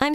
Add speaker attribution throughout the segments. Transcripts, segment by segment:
Speaker 1: I'm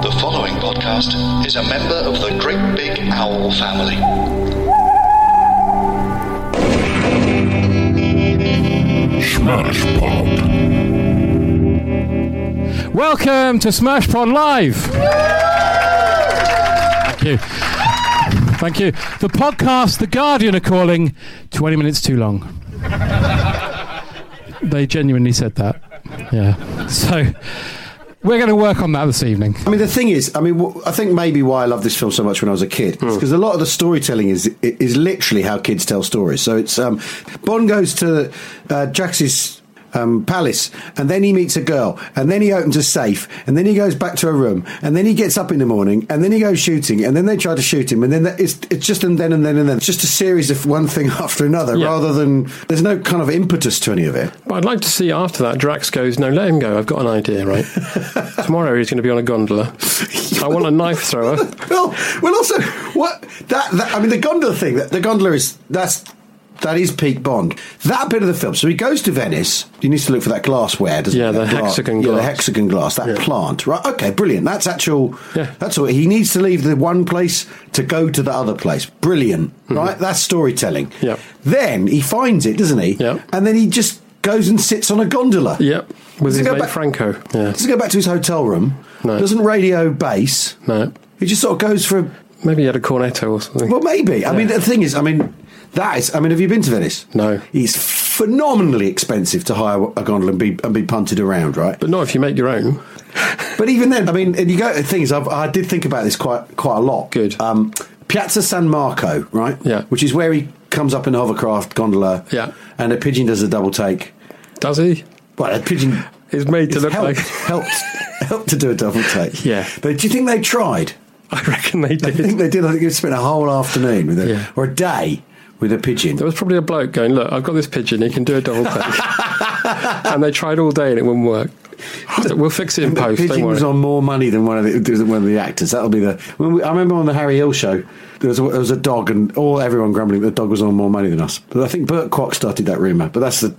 Speaker 2: The following podcast is a member of the Great Big Owl family.
Speaker 3: Smash Pop.
Speaker 4: Welcome to Smash Pod Live. Thank you. Thank you. The podcast The Guardian are calling 20 minutes too long. they genuinely said that. Yeah. So we're going to work on that this evening.
Speaker 5: I mean, the thing is, I mean, wh- I think maybe why I love this film so much when I was a kid because a lot of the storytelling is is literally how kids tell stories. So it's um, Bond goes to uh, Jax's. Um, palace, and then he meets a girl, and then he opens a safe, and then he goes back to her room, and then he gets up in the morning, and then he goes shooting, and then they try to shoot him, and then that, it's it's just and then and then and then, it's just a series of one thing after another,
Speaker 3: Yeah.
Speaker 5: rather than there's no kind of impetus to any of it.
Speaker 3: But I'd like to see after that Drax goes, no, let him go. I've got an idea, right? Tomorrow he's going to be on a gondola. I want a knife thrower.
Speaker 5: well, well, also what that, that I mean, the gondola thing. That the gondola is that's that is peak Bond. That bit of the film. So he goes to Venice. He needs to look for that glassware. Doesn't
Speaker 3: Yeah,
Speaker 5: he?
Speaker 3: the
Speaker 5: That gla-
Speaker 3: hexagon
Speaker 5: Yeah, the
Speaker 3: glass.
Speaker 5: hexagon glass. That plant. Right. Okay. Brilliant. That's actual.
Speaker 3: Yeah.
Speaker 5: That's all. He needs to leave the one place to go to the other place. Brilliant. Right. That's storytelling.
Speaker 3: Mm-hmm. Yeah.
Speaker 5: Then he finds it, doesn't he?
Speaker 3: Yeah.
Speaker 5: And then he just goes and sits on a gondola.
Speaker 3: Yep. With
Speaker 5: Does it
Speaker 3: his
Speaker 5: go
Speaker 3: mate
Speaker 5: back-
Speaker 3: Franco. Yeah.
Speaker 5: Doesn't go back to his hotel room.
Speaker 3: No.
Speaker 5: Doesn't radio base.
Speaker 3: No.
Speaker 5: He just sort of goes for a
Speaker 3: Maybe he had a cornetto or something.
Speaker 5: well, maybe. I mean, the thing is, I mean, that is. I mean, have you been to Venice?
Speaker 3: No.
Speaker 5: It's phenomenally expensive to hire a gondola and be and be punted around, right?
Speaker 3: But not if you make your own.
Speaker 5: But even then, I mean, and you go the things. I've, I did think about this quite quite a lot.
Speaker 3: Good.
Speaker 5: Um, Piazza San Marco, right?
Speaker 3: Yeah.
Speaker 5: Which is where he comes up in a hovercraft gondola.
Speaker 3: Yeah.
Speaker 5: And a pigeon does a double take.
Speaker 3: Does he?
Speaker 5: Well, a pigeon
Speaker 3: It's made to
Speaker 5: is
Speaker 3: look
Speaker 5: helped,
Speaker 3: like.
Speaker 5: helped helped to do a double take.
Speaker 3: Yeah.
Speaker 5: But do you think they tried?
Speaker 3: I reckon they
Speaker 5: I think
Speaker 3: did.
Speaker 5: they did. I think they spent a whole afternoon with a
Speaker 3: Yeah.
Speaker 5: or a day with a pigeon.
Speaker 3: There was probably a bloke going, look, I've got this pigeon. He can do a double take. and they tried all day and it wouldn't work. We'll fix it in
Speaker 5: The
Speaker 3: post. Don't
Speaker 5: Pigeon
Speaker 3: worry.
Speaker 5: was on more money than one of the than one of the actors. That'll be the. When we, I remember on the Harry Hill show, there was a, there was a dog, and all everyone grumbling that the dog was on more money than us. But I think Bert Kwok started that rumor. But that's a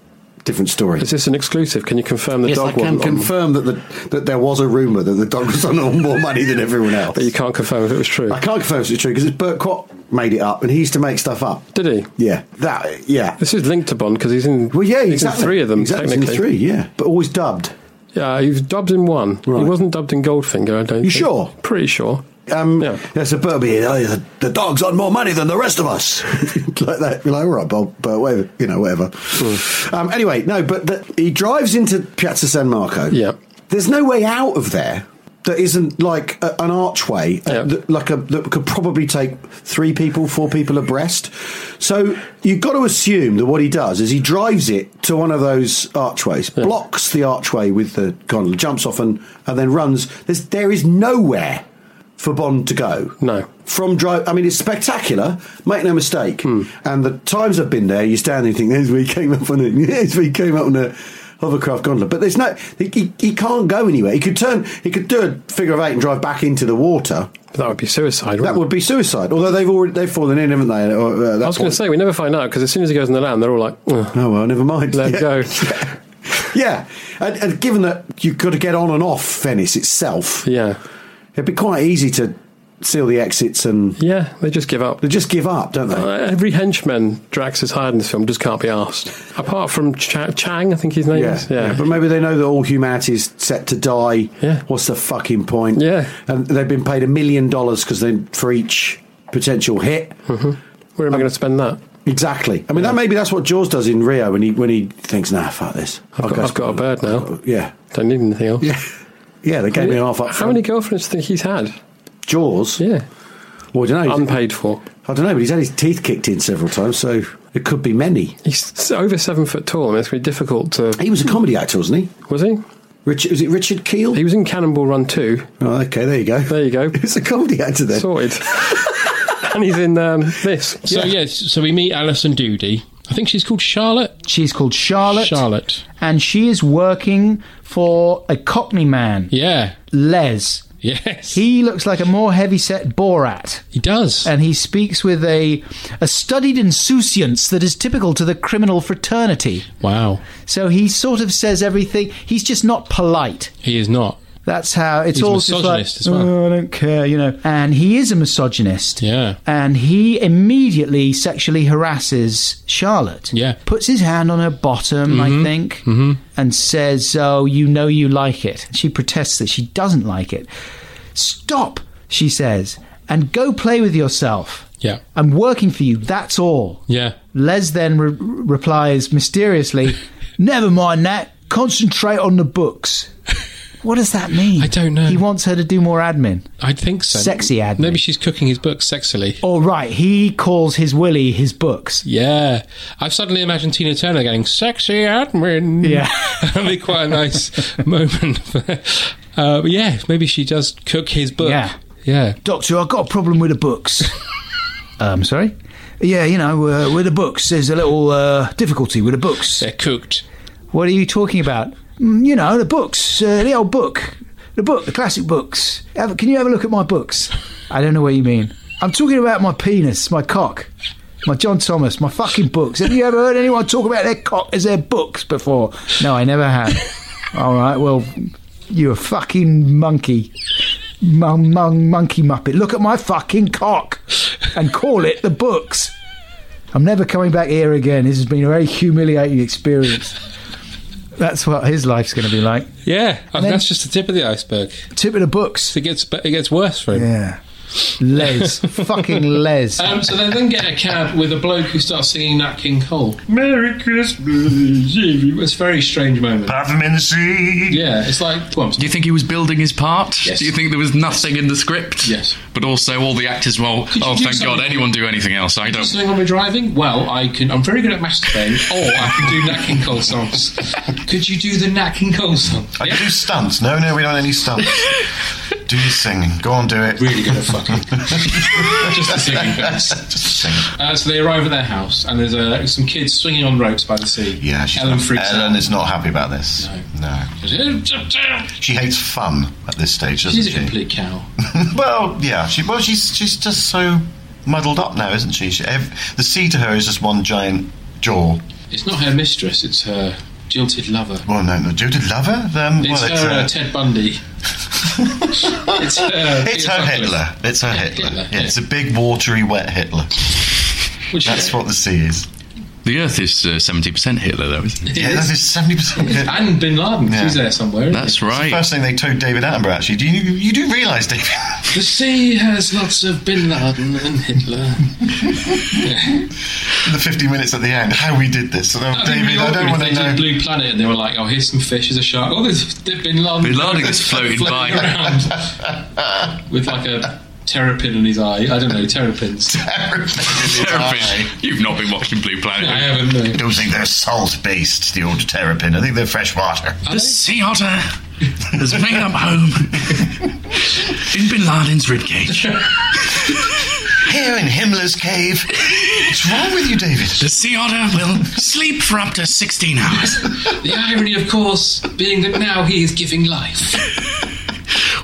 Speaker 5: different story.
Speaker 3: Is this an exclusive? Can you confirm the
Speaker 5: yes,
Speaker 3: dog
Speaker 5: I can
Speaker 3: wasn't on-
Speaker 5: confirm that the, that there was a rumor that the dog was on on more money than everyone else.
Speaker 3: But you can't confirm if it was true.
Speaker 5: I can't confirm if it's true because Bert Kwok made it up, and he used to make stuff up.
Speaker 3: Did he?
Speaker 5: Yeah, that yeah.
Speaker 3: This is linked to Bond because he's in.
Speaker 5: Well, yeah,
Speaker 3: he's
Speaker 5: exactly.
Speaker 3: in three of them
Speaker 5: Exactly, he's in
Speaker 3: technically.
Speaker 5: three, yeah, but always dubbed.
Speaker 3: Yeah, he was dubbed in one.
Speaker 5: Right.
Speaker 3: He wasn't dubbed in Goldfinger. I don't. think.
Speaker 5: You sure?
Speaker 3: Pretty sure.
Speaker 5: Um,
Speaker 3: Yeah.
Speaker 5: yeah. so Bert will be, "Oh, the, the dog's on more money than the rest of us. like that. You're like, all right, Bob, but whatever, you know, whatever. Um, anyway, no, but the, he drives into Piazza San Marco.
Speaker 3: Yeah.
Speaker 5: There's no way out of there that isn't like a, an archway, uh,
Speaker 3: Yeah.
Speaker 5: that, like a, that could probably take three people, four people abreast. So you've got to assume that what he does is he drives it to one of those archways, blocks the archway with the gondola, jumps off and, and then runs. There's, there is nowhere for Bond to go.
Speaker 3: No.
Speaker 5: From drive, I mean, it's spectacular. Make no mistake.
Speaker 3: Hmm.
Speaker 5: And the times I've been there, you stand there and think, "There's where he came up on it. There's where he came up on a hovercraft gondola." But there's no, he- he, he can't go anywhere. He could turn, he could do a figure of eight and drive back into the water.
Speaker 3: That would be suicide.
Speaker 5: That
Speaker 3: wouldn't
Speaker 5: would be suicide. Although they've already they've fallen in, haven't they? Or, uh, that
Speaker 3: it? I was going
Speaker 5: point.
Speaker 3: to say we never find out because as soon as he goes on the land, they're all like, "Ugh,
Speaker 5: Oh well, never mind.
Speaker 3: "Let
Speaker 5: yeah.
Speaker 3: him go."
Speaker 5: Yeah, and, and given that you've got to get on and off Venice itself,
Speaker 3: yeah.
Speaker 5: it'd be quite easy to seal the exits and
Speaker 2: Yeah, they just give up.
Speaker 5: they just give up, don't they?
Speaker 2: Uh, every henchman Drax has hired in this film just can't be asked. Apart from Ch- Chang, I think his name
Speaker 5: Yeah.
Speaker 2: is. Yeah.
Speaker 5: but maybe they know that all humanity is set to die.
Speaker 2: Yeah.
Speaker 5: What's the fucking point?
Speaker 2: Yeah.
Speaker 5: and they've been paid a million dollars because they for each potential hit.
Speaker 2: Mm-hmm.
Speaker 5: Um,
Speaker 2: Where am I going to spend that?
Speaker 5: Exactly. I mean, that maybe that's what Jaws does in Rio when he when he thinks, nah, fuck this.
Speaker 2: I've, got, I've got a bird now.
Speaker 5: Oh, Yeah,
Speaker 2: Don't need anything else.
Speaker 5: yeah. They gave me an half up.
Speaker 2: How
Speaker 5: front.
Speaker 2: many girlfriends do you think he's had?
Speaker 5: Jaws?
Speaker 2: Yeah.
Speaker 5: Well, I don't know.
Speaker 2: Unpaid for.
Speaker 5: I don't know, but he's had his teeth kicked in several times, so it could be many.
Speaker 2: He's s- over seven foot tall. I mean, it's going to be difficult to.
Speaker 5: He was a comedy actor, wasn't he?
Speaker 2: Was he?
Speaker 5: Richard, was it Richard Keel?
Speaker 2: He was in Cannonball Run 2.
Speaker 5: oh, okay, there you go.
Speaker 2: There you go.
Speaker 5: He was a comedy actor then.
Speaker 2: Sorted. and he's in um, this.
Speaker 3: So yes, so we meet Alison Doody. I think she's called Charlotte.
Speaker 6: She's called Charlotte.
Speaker 3: Charlotte.
Speaker 6: And she is working for a Cockney man,
Speaker 3: Yeah.
Speaker 6: Les.
Speaker 3: Yes.
Speaker 6: He looks like a more heavy-set Borat,
Speaker 3: He does.
Speaker 6: and he speaks with a a studied insouciance that is typical to the criminal fraternity.
Speaker 3: wow.
Speaker 6: So he sort of says everything. He's just not polite.
Speaker 3: He is not.
Speaker 6: That's how it's
Speaker 3: He's a
Speaker 6: all just like,
Speaker 3: misogynist as well.
Speaker 6: "Oh, I don't care, you know. And he is a misogynist.
Speaker 3: Yeah.
Speaker 6: And he immediately sexually harasses Charlotte.
Speaker 3: Yeah. Mm-hmm.
Speaker 6: Puts his hand on her bottom, I think, and says, "Oh, you know you like it." She protests that she doesn't like it. "Stop," she says, "and go play with yourself.
Speaker 3: Yeah.
Speaker 6: I'm working for you. That's all."
Speaker 3: Yeah.
Speaker 6: Les then re- replies mysteriously, "Never mind that. Concentrate on the books." What does that mean?
Speaker 3: I don't know.
Speaker 6: He wants her to do more admin.
Speaker 3: I think so.
Speaker 6: Sexy admin.
Speaker 3: Maybe she's cooking his book sexily.
Speaker 6: All right, he calls his Willy his books.
Speaker 3: Yeah. I've suddenly imagined Tina Turner getting sexy admin.
Speaker 6: Yeah.
Speaker 3: That'd be quite a nice moment. uh, but yeah, maybe she does cook his book.
Speaker 6: Yeah.
Speaker 3: Yeah.
Speaker 6: Doctor, I've got a problem with the books. um, sorry? Yeah, you know, uh, with the books, there's a little uh, difficulty with the books.
Speaker 3: They're cooked.
Speaker 6: What are you talking about? Mm, you know, the books, uh, the old book, the book, the classic books. Have, can you have a look at my books? I don't know what you mean. I'm talking about my penis, my cock, my John Thomas, my fucking books. Have you ever heard anyone talk about their cock as their books before? No, I never have. All right, well, you're a fucking monkey. Mung, mung, monkey muppet. Look at my fucking cock and call it the books. I'm never coming back here again. This has been a very humiliating experience. That's what his life's going to be like.
Speaker 3: Yeah. I
Speaker 6: Then-
Speaker 3: think that's just the tip of the iceberg.
Speaker 6: Tip of the books.
Speaker 3: It gets be- it gets worse for him.
Speaker 6: Yeah. Les. fucking Les.
Speaker 3: Um, so they then get a cab with a bloke who starts singing Nat King Cole. Merry Christmas. It's a very strange moment. Yeah, it's like, well,
Speaker 7: Do you think he was building his part?
Speaker 3: Yes.
Speaker 7: Do you think there was nothing in the script?
Speaker 3: Yes.
Speaker 7: But also all the actors were, all,
Speaker 3: you
Speaker 7: oh,
Speaker 3: do
Speaker 7: thank God,
Speaker 3: something-
Speaker 7: anyone do anything else? I don't.
Speaker 3: listening when we're driving? Well, I can. I'm very good at masturbating, or I can do Nat King Cole songs. Could you do the Nat King Cole song?
Speaker 8: I can do stunts. No, no, we don't any stunts. do your singing. Go on, do it.
Speaker 3: Really good at fucking. Just the singing bits.
Speaker 8: Just sing.
Speaker 3: Uh, so they arrive at their house, and there's uh, some kids swinging on ropes by the sea.
Speaker 8: Yeah, she's
Speaker 3: Ellen
Speaker 8: not-
Speaker 3: freaks
Speaker 8: Ellen
Speaker 3: out.
Speaker 8: is not happy about this. No. She hates fun at this stage, doesn't
Speaker 3: "Oh, She's a
Speaker 8: she?
Speaker 3: complete cow.
Speaker 8: well, yeah. She, well, she's she's just so muddled up now, isn't she? she ev- the sea to her is just one giant jaw.
Speaker 3: It's not her mistress; it's her jilted lover.
Speaker 8: Well, no, no. Do you love her? Um,
Speaker 3: It's
Speaker 8: well,
Speaker 3: her uh, Ted Bundy. it's her.
Speaker 8: It's
Speaker 3: Peter
Speaker 8: her
Speaker 3: Sutcliffe.
Speaker 8: Hitler. It's her
Speaker 3: Yeah,
Speaker 8: Hitler.
Speaker 3: Hitler,
Speaker 8: Yeah,
Speaker 3: yeah.
Speaker 8: it's a big, watery, wet Hitler.
Speaker 3: Which
Speaker 8: That's what the sea is.
Speaker 7: The Earth is uh, 70% Hitler, though, isn't it?
Speaker 3: It
Speaker 8: Yeah,
Speaker 3: is.
Speaker 8: that is seventy percent.
Speaker 3: And Bin Laden.
Speaker 8: Yeah.
Speaker 3: She's there somewhere. isn't
Speaker 7: That's
Speaker 3: it?
Speaker 7: right.
Speaker 8: First thing they told David Attenborough. Actually, do you you do realise, David?
Speaker 3: The sea has lots of Bin Laden and Hitler.
Speaker 8: the fifty minutes at the end, how we did this. So,
Speaker 3: I think it'd be
Speaker 8: David, I
Speaker 3: awkward
Speaker 8: don't
Speaker 3: if
Speaker 8: want
Speaker 3: they
Speaker 8: to
Speaker 3: did
Speaker 8: know.
Speaker 3: Blue Planet, and they were like, "Oh, here's some fish, there's a shark. Oh, there's there's Bin Laden.
Speaker 7: Bin Laden is floating by.
Speaker 3: around with like a terrapin in his eye. I don't know terrapins.
Speaker 7: Terrapin. You've not been watching Blue Planet.
Speaker 3: I
Speaker 7: have you?
Speaker 3: haven't. No.
Speaker 8: I don't think they're salt based, the old terrapin. I think they're freshwater.
Speaker 7: The sea otter has made up home in Bin Laden's ribcage.
Speaker 8: Here in Himmler's cave. What's wrong with you, David?
Speaker 7: The sea otter will sleep for up to 16 hours,
Speaker 3: The irony, of course, being that now he is giving life.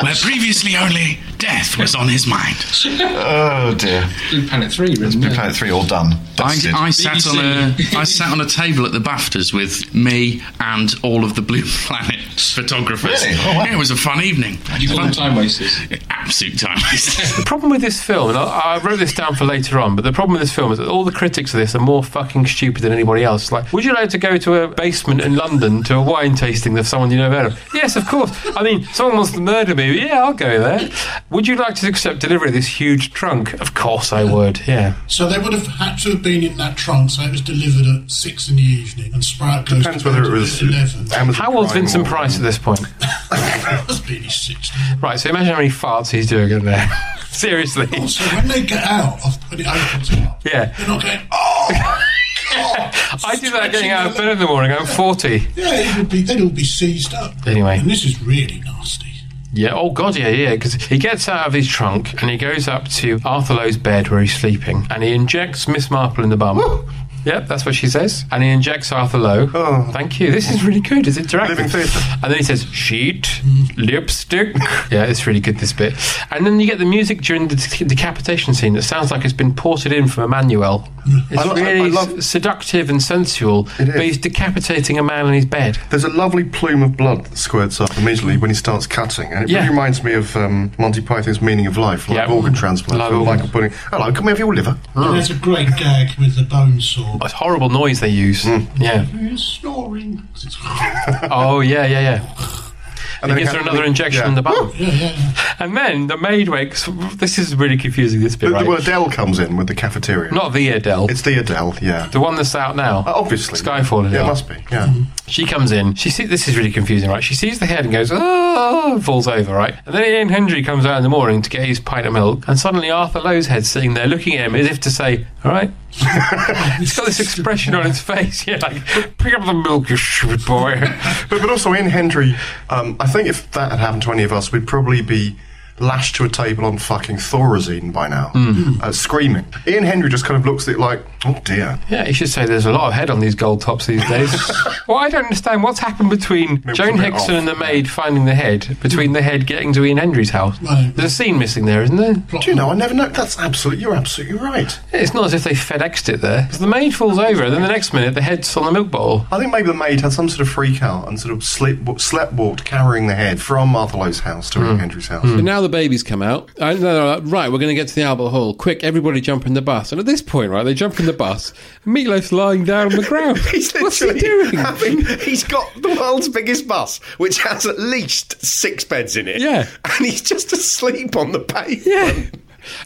Speaker 7: where previously only Death was on his mind.
Speaker 9: oh dear.
Speaker 10: Blue Planet 3,
Speaker 9: It's Blue Planet 3 all done.
Speaker 7: I,
Speaker 9: Dusted.
Speaker 7: I sat on a I sat on a table at the Baftas with me and all of the Blue Planet photographers.
Speaker 10: Really? Oh, wow.
Speaker 7: Yeah, it was a fun evening.
Speaker 10: You call them time wasters?
Speaker 7: Absolute time wasters.
Speaker 3: The problem with this film, and I, I wrote this down for later on, but the problem with this film is that all the critics of this are more fucking stupid than anybody else. Like, would you like to go to a basement in London to a wine tasting of someone you never heard of? Yes, of course. I mean, someone wants to murder me. Yeah, I'll go there. Would you like to accept delivery of this huge trunk? Of course I would. Yeah.
Speaker 11: So they would have had to have been in that trunk. So it was delivered at six in the evening, and Sprite goes to bed at eleven.
Speaker 3: How old's Vincent Price at this point? Right, so imagine how many farts he's doing in there. Seriously.
Speaker 11: So when they get out, I've put it opens up.
Speaker 3: Yeah.
Speaker 11: They're not going. Oh, God.
Speaker 3: I do that getting out of bed in the morning. I'm 40.
Speaker 11: Yeah, it would be. They'd all be seized up.
Speaker 3: Anyway.
Speaker 11: and this is really nasty.
Speaker 3: Yeah, oh god, yeah, yeah, because he gets out of his trunk and he goes up to Arthur Lowe's bed where he's sleeping and he injects Miss Marple in the bum. Yep, that's what she says. And he injects Arthur Lowe. Oh. Thank you. This is really good. It's interactive. And then he says, sheet,
Speaker 11: Mm.
Speaker 3: lipstick. yeah, it's really good, this bit. And then you get the music during the de- decapitation scene that sounds like it's been ported in from Emmanuel.
Speaker 11: Mm.
Speaker 3: It's
Speaker 8: I lo- I- I
Speaker 3: really
Speaker 8: love-
Speaker 3: s- seductive and sensual, but he's decapitating a man in his bed.
Speaker 8: There's a lovely plume of blood that squirts up immediately when he starts cutting, and it
Speaker 3: Yeah.
Speaker 8: really reminds me of um, Monty Python's Meaning of Life, like organ transplant,
Speaker 3: Live
Speaker 8: or
Speaker 3: organ.
Speaker 8: like a pudding. Hello, can we have your liver?
Speaker 11: And there's a great gag with the bone saw.
Speaker 3: It's horrible noise they use.
Speaker 8: Mm.
Speaker 3: Yeah.
Speaker 11: Who's snoring?
Speaker 3: Oh yeah, yeah, yeah. And
Speaker 11: And then
Speaker 3: he gives
Speaker 11: it
Speaker 3: her
Speaker 11: has-
Speaker 3: another injection
Speaker 11: yeah.
Speaker 3: in the bum.
Speaker 11: Yeah, yeah.
Speaker 3: And then the maid wakes. This is really confusing. This bit,
Speaker 8: The,
Speaker 3: right?
Speaker 8: the Adele comes in with the cafeteria.
Speaker 3: Not the Adele.
Speaker 8: It's the Adele, yeah. Uh,
Speaker 3: The one that's out now.
Speaker 8: obviously.
Speaker 3: Skyfall.
Speaker 8: Yeah, it
Speaker 3: Adele.
Speaker 8: must be, yeah.
Speaker 3: She comes in. She see, this is really confusing, right? She sees the head and goes, oh, falls over, right? And then Ian Hendry comes out in the morning to get his pint of milk, and suddenly Arthur Lowe's head's sitting there looking at him as if to say, all right. it's got this expression on its face, yeah, like, pick up the milk, you stupid boy.
Speaker 8: but, but also in Hendry, um, I think if that had happened to any of us, we'd probably be lashed to a table on fucking Thorazine by now,
Speaker 3: Hmm.
Speaker 8: uh, screaming. Ian Hendry just kind of looks at it like, oh dear.
Speaker 3: Yeah, you should say there's a lot of head on these gold tops these days. well, I don't understand what's happened between
Speaker 8: was a
Speaker 3: Joan
Speaker 8: bit
Speaker 3: Hickson
Speaker 8: off.
Speaker 3: and the maid finding the head, between the head getting to Ian Hendry's house. There's a scene missing there, isn't there?
Speaker 8: Do you know? I never know. That's absolutely. You're absolutely right.
Speaker 3: It's not as if they FedExed it there. 'Cause The maid falls over, and then the next minute the head's on the milk bottle.
Speaker 8: I think maybe the maid had some sort of freak out and sort of sleep, slept walked carrying the head from Martha Lowe's house to
Speaker 3: Hmm.
Speaker 8: Ian Hendry's house.
Speaker 5: But now the babies come out. And they're like, right, we're going to get to the Albert Hall. Quick, everybody jump in the bus. And at this point, right, they jump in the bus. Meatloaf's lying down on the ground. What's he doing?
Speaker 12: he's got the world's biggest bus, which has at least six beds in it.
Speaker 5: Yeah.
Speaker 12: And he's just asleep on the pavement.
Speaker 5: Yeah.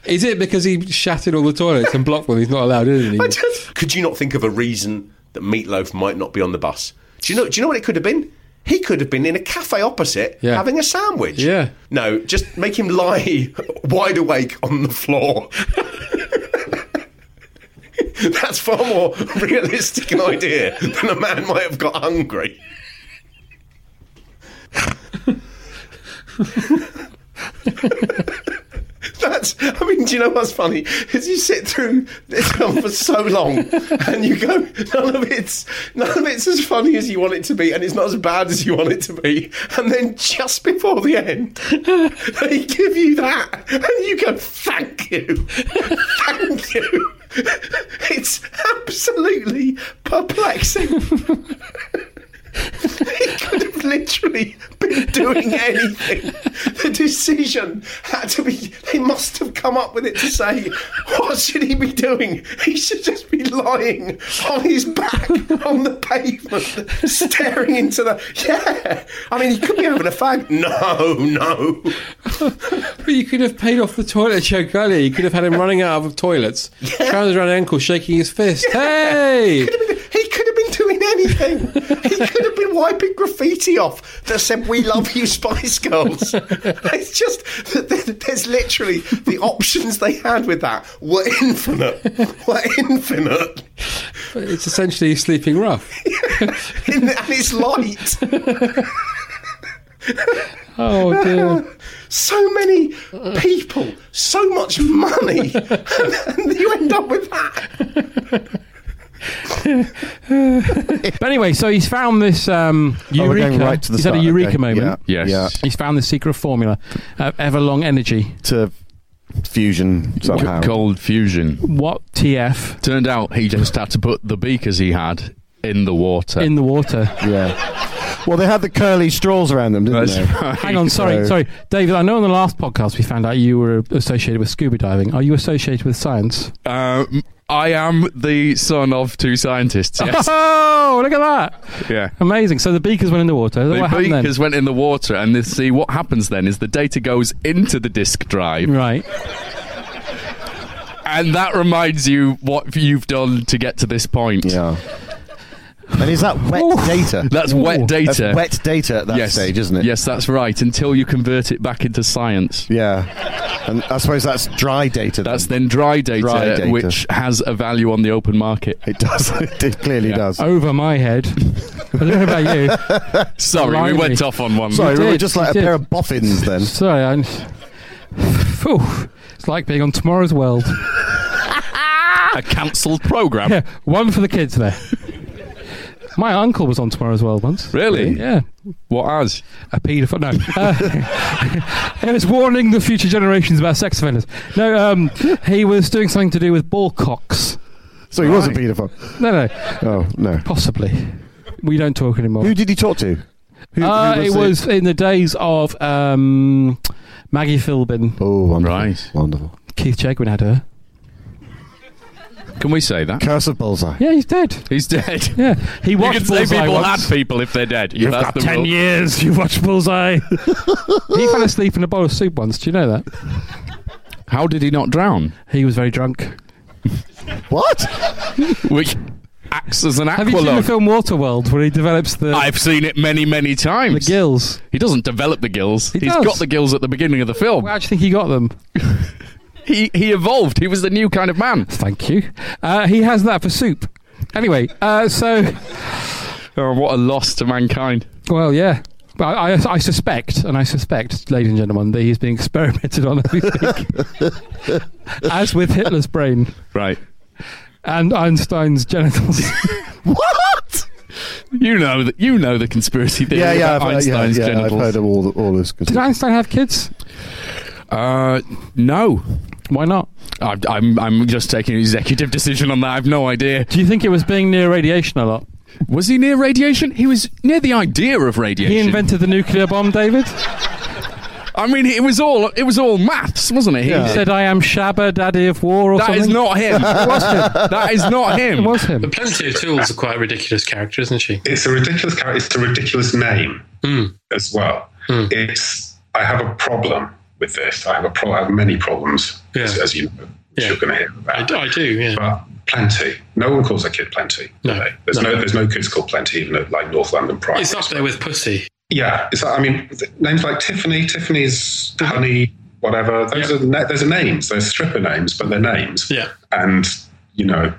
Speaker 5: Is it because he shattered all the toilets and blocked one? He's not allowed in anymore.
Speaker 12: Could you not think of a reason that Meatloaf might not be on the bus? Do you know? Do you know what it could have been? He could have been in a cafe opposite,
Speaker 5: Yeah.
Speaker 12: having a sandwich.
Speaker 5: Yeah.
Speaker 12: No, just make him lie wide awake on the floor. That's far more realistic an idea than a man might have got hungry. That's. I mean, do you know what's funny? Is you sit through this film for so long, and you go, none of it's none of it's as funny as you want it to be, and it's not as bad as you want it to be. And then just before the end, they give you that, and you go, "Thank you, thank you." It's absolutely perplexing. He could have literally been doing anything. The decision had to be. They must have come up with it to say, what should he be doing? He should just be lying on his back on the pavement, staring into the. Yeah. I mean, he could be having a fag. No, no.
Speaker 5: But you could have paid off the toilet joke earlier. You could have had him running out of toilets, trousers around ankle, shaking his fist. Hey!
Speaker 12: He could have been doing anything. He could have been wiping graffiti off that said "We love you, Spice Girls." It's just that there- there's literally the options they had with that were infinite. Were infinite,
Speaker 5: But It's essentially sleeping rough.
Speaker 12: In- and it's light.
Speaker 5: Oh dear.
Speaker 12: So many people, so much money, and, and you end up with that.
Speaker 3: but anyway, so he's found this um,
Speaker 8: Oh, we're going
Speaker 3: eureka.
Speaker 8: right to the
Speaker 3: he's had
Speaker 8: start,
Speaker 3: a
Speaker 8: okay.
Speaker 3: eureka moment.
Speaker 8: Yeah. Yes. Yeah.
Speaker 3: He's found the secret formula of Everlong Energy.
Speaker 8: To fusion somehow.
Speaker 7: Cold fusion.
Speaker 3: What TF?
Speaker 7: Turned out he just had to put the beakers he had in the water.
Speaker 3: In the water.
Speaker 8: Yeah. Well, they had the curly straws around them, didn't they?
Speaker 3: Hang on, sorry,
Speaker 8: So-
Speaker 3: sorry, David. I know on the last podcast we found out you were associated with scuba diving. Are you associated with science?
Speaker 7: Um, I am the son of two scientists. Yes.
Speaker 3: Oh, look at that!
Speaker 7: Yeah.
Speaker 3: Amazing. So the beakers went in the water.
Speaker 7: The
Speaker 3: what happened then?
Speaker 7: beakers went in the water, and they see what happens then is the data goes into the disk drive.
Speaker 3: Right.
Speaker 7: And that reminds you what you've done to get to this point. Yeah.
Speaker 8: And is that wet data?
Speaker 7: That's wet data.
Speaker 8: That's wet data at that
Speaker 7: yes.
Speaker 8: stage, isn't it?
Speaker 7: Yes, that's right. Until you convert it back into science.
Speaker 8: Yeah. And I suppose that's dry data. Then.
Speaker 7: That's then dry data,
Speaker 8: Dry data.
Speaker 7: which has a value on the open market.
Speaker 8: It does. It clearly does.
Speaker 3: Over my head. I don't know about you.
Speaker 7: Sorry, we
Speaker 3: Blimey.
Speaker 7: went off on one.
Speaker 8: Sorry,
Speaker 3: You
Speaker 8: we were
Speaker 3: did,
Speaker 8: just like a
Speaker 3: you
Speaker 8: pair
Speaker 3: did.
Speaker 8: of boffins then.
Speaker 3: Sorry, I'm. Phew. It's like being on tomorrow's world.
Speaker 7: a cancelled program.
Speaker 3: Yeah, one for the kids there. My uncle was on Tomorrow's World once.
Speaker 7: Really?
Speaker 3: Yeah.
Speaker 7: What as?
Speaker 3: A paedophile. No. Uh, it was warning the future generations about sex offenders. No, um, he was doing something to do with ball cocks.
Speaker 8: So he was a paedophile.
Speaker 3: No, no.
Speaker 8: Oh no.
Speaker 3: Possibly. We don't talk anymore.
Speaker 8: Who did he talk to? Who,
Speaker 3: uh,
Speaker 8: who
Speaker 3: it was in the days of um, Maggie Philbin.
Speaker 8: Oh, wonderful.
Speaker 7: Right.
Speaker 8: Wonderful.
Speaker 3: Keith Chegwin had her.
Speaker 7: Can we say that?
Speaker 8: Curse of Bullseye.
Speaker 3: Yeah, he's dead.
Speaker 7: He's dead.
Speaker 3: Yeah. He
Speaker 7: You
Speaker 3: watched
Speaker 7: can say
Speaker 3: Bullseye
Speaker 7: people
Speaker 3: once.
Speaker 7: had people if they're dead.
Speaker 3: You've
Speaker 7: That's
Speaker 3: got
Speaker 7: the
Speaker 3: 10
Speaker 7: rule.
Speaker 3: years, you've watched Bullseye. he fell asleep in a bowl of soup once. Do you know that?
Speaker 7: How did he not drown?
Speaker 3: He was very drunk.
Speaker 8: What?
Speaker 7: Which acts as an
Speaker 3: Have you seen the
Speaker 7: aqualung.
Speaker 3: film Waterworld where he develops the.
Speaker 7: I've seen it many, many times. The
Speaker 3: gills.
Speaker 7: He doesn't develop the gills. He has
Speaker 3: does.
Speaker 7: got the gills at the beginning of the film.
Speaker 3: Where do you think he got them?
Speaker 7: Oh. He he evolved. He was the new kind of man.
Speaker 3: Thank you. Uh, he has that for soup. Anyway, uh, so.
Speaker 7: Oh, what a loss to mankind.
Speaker 3: Well, yeah. But I, I, I suspect, and I suspect, ladies and gentlemen, that he's being experimented on as we speak. as with Hitler's brain.
Speaker 7: Right.
Speaker 3: And Einstein's genitals.
Speaker 8: what?
Speaker 7: You know that you know the conspiracy theory
Speaker 8: Yeah, yeah, I've,
Speaker 7: about
Speaker 8: heard- yeah,
Speaker 7: Einstein's
Speaker 8: yeah, I've
Speaker 7: genitals.
Speaker 8: heard of all, all this. good
Speaker 3: Did
Speaker 8: stuff.
Speaker 3: Einstein have kids?
Speaker 7: Uh, no.
Speaker 3: Why not?
Speaker 7: I, I'm I'm just taking an executive decision on that. I've no idea.
Speaker 3: Do you think it was being near radiation a lot?
Speaker 7: Was he near radiation? He was near the idea of radiation.
Speaker 3: He invented the nuclear bomb, David.
Speaker 7: I mean, it was all it was all maths, wasn't it? He
Speaker 3: He
Speaker 7: did-
Speaker 3: said, "I am Shabba, daddy of war." Or
Speaker 7: That
Speaker 3: something.
Speaker 7: is not him.
Speaker 3: It was him.
Speaker 7: That is not him.
Speaker 3: It was him.
Speaker 12: The Plenty of Tools are quite a ridiculous character, isn't she? Hmm.
Speaker 13: It's a ridiculous character. It's a ridiculous name as well. It's I have a problem with this. I have a pro- I have many problems, as, as you know, which you're going to hear about.
Speaker 12: I, do, yeah.
Speaker 13: But plenty. No one calls their kid plenty. do
Speaker 12: No,
Speaker 13: they? There's
Speaker 12: no.
Speaker 13: no. There's no kids called plenty even at like North London Pride.
Speaker 12: It's up there with Pussy.
Speaker 13: Yeah, it's like, I mean th- names like Tiffany, Tiffany's Honey, whatever. Those are na- those are names. They're stripper names, but they're names.
Speaker 12: Yeah.
Speaker 13: And you know,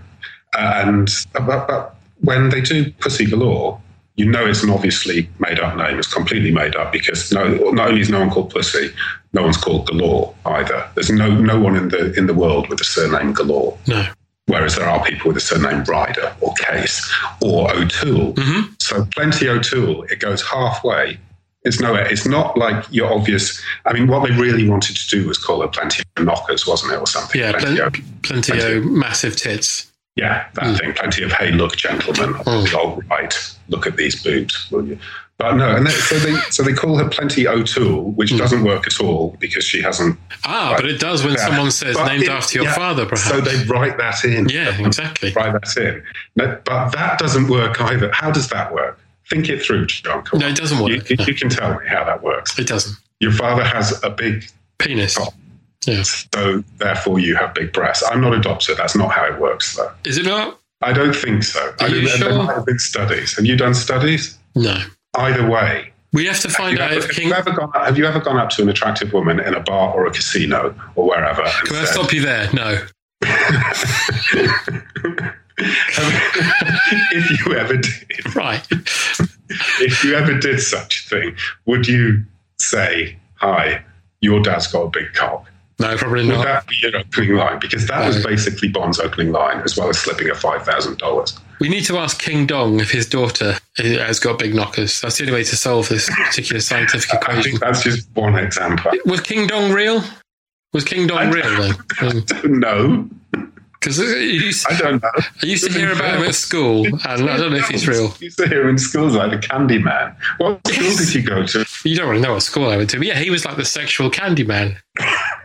Speaker 13: uh, and but, but when they do Pussy Galore, you know it's an obviously made up name. It's completely made up because no, not only is no one called Pussy, no one's called Galore either. There's no no one in the in the world with the surname Galore.
Speaker 12: No.
Speaker 13: Whereas there are people with the surname Ryder or Case or O'Toole.
Speaker 12: Mm-hmm.
Speaker 13: So plenty O'Toole, it goes halfway. It's nowhere. It's not like your obvious. I mean, what they really wanted to do was call her plenty of knockers, wasn't it, or something?
Speaker 12: Yeah,
Speaker 13: plenty,
Speaker 12: plen- Mm.
Speaker 13: of,
Speaker 12: plenty, of massive tits.
Speaker 13: yeah, that thing. Plenty of hey, look, gentlemen,
Speaker 12: Mm.
Speaker 13: all right, look at these boobs, will you? But no, and they, so they so they call her plenty O'Toole, which
Speaker 12: Mm.
Speaker 13: doesn't work at all because she hasn't.
Speaker 12: Ah, but it does when
Speaker 13: Yeah.
Speaker 12: someone says
Speaker 13: But
Speaker 12: named
Speaker 13: it-
Speaker 12: after your
Speaker 13: yeah,
Speaker 12: father, perhaps.
Speaker 13: So they write that in.
Speaker 12: Yeah, exactly.
Speaker 13: Write that in. No, but that doesn't work either. How does that work? Think it through, John. Come
Speaker 12: No,
Speaker 13: on.
Speaker 12: it doesn't work.
Speaker 13: You, you, you can tell me how that works.
Speaker 12: It doesn't.
Speaker 13: Your father has a big
Speaker 12: penis.
Speaker 13: So therefore, you have big breasts. I'm not a doctor. That's not how it works, though.
Speaker 12: Is it not?
Speaker 13: I don't think so. I
Speaker 12: Are you
Speaker 13: mean, there-
Speaker 12: sure?
Speaker 13: There might have been studies. Have you done studies?
Speaker 12: No.
Speaker 13: Either way.
Speaker 12: We have to find out
Speaker 13: Have,
Speaker 12: if King.
Speaker 13: you ever gone, have you ever gone up to an attractive woman in a bar or a casino or wherever? and
Speaker 12: Can I
Speaker 13: said-
Speaker 12: stop you there? No.
Speaker 13: if you ever did,
Speaker 12: right?
Speaker 13: If you ever did such a thing, would you say, "Hi, your dad's got a big cock"?
Speaker 3: No, probably
Speaker 13: Would
Speaker 3: not.
Speaker 13: that be an opening line? Because that was
Speaker 3: No.
Speaker 13: basically Bond's opening line, as well as slipping a five thousand dollars.
Speaker 3: We need to ask King Dong if his daughter has got big knockers. That's the only way to solve this particular scientific equation. I think
Speaker 13: that's just one example.
Speaker 3: Was King Dong real? Was King Dong real then?
Speaker 13: No.
Speaker 3: Because I
Speaker 13: don't know.
Speaker 3: I used to hear about him at school, and I don't know if he's real.
Speaker 13: You used to hear him in schools like the Candy Man. What school did he go to?
Speaker 3: You don't really know what school I went to, but yeah, he was like the sexual candy man.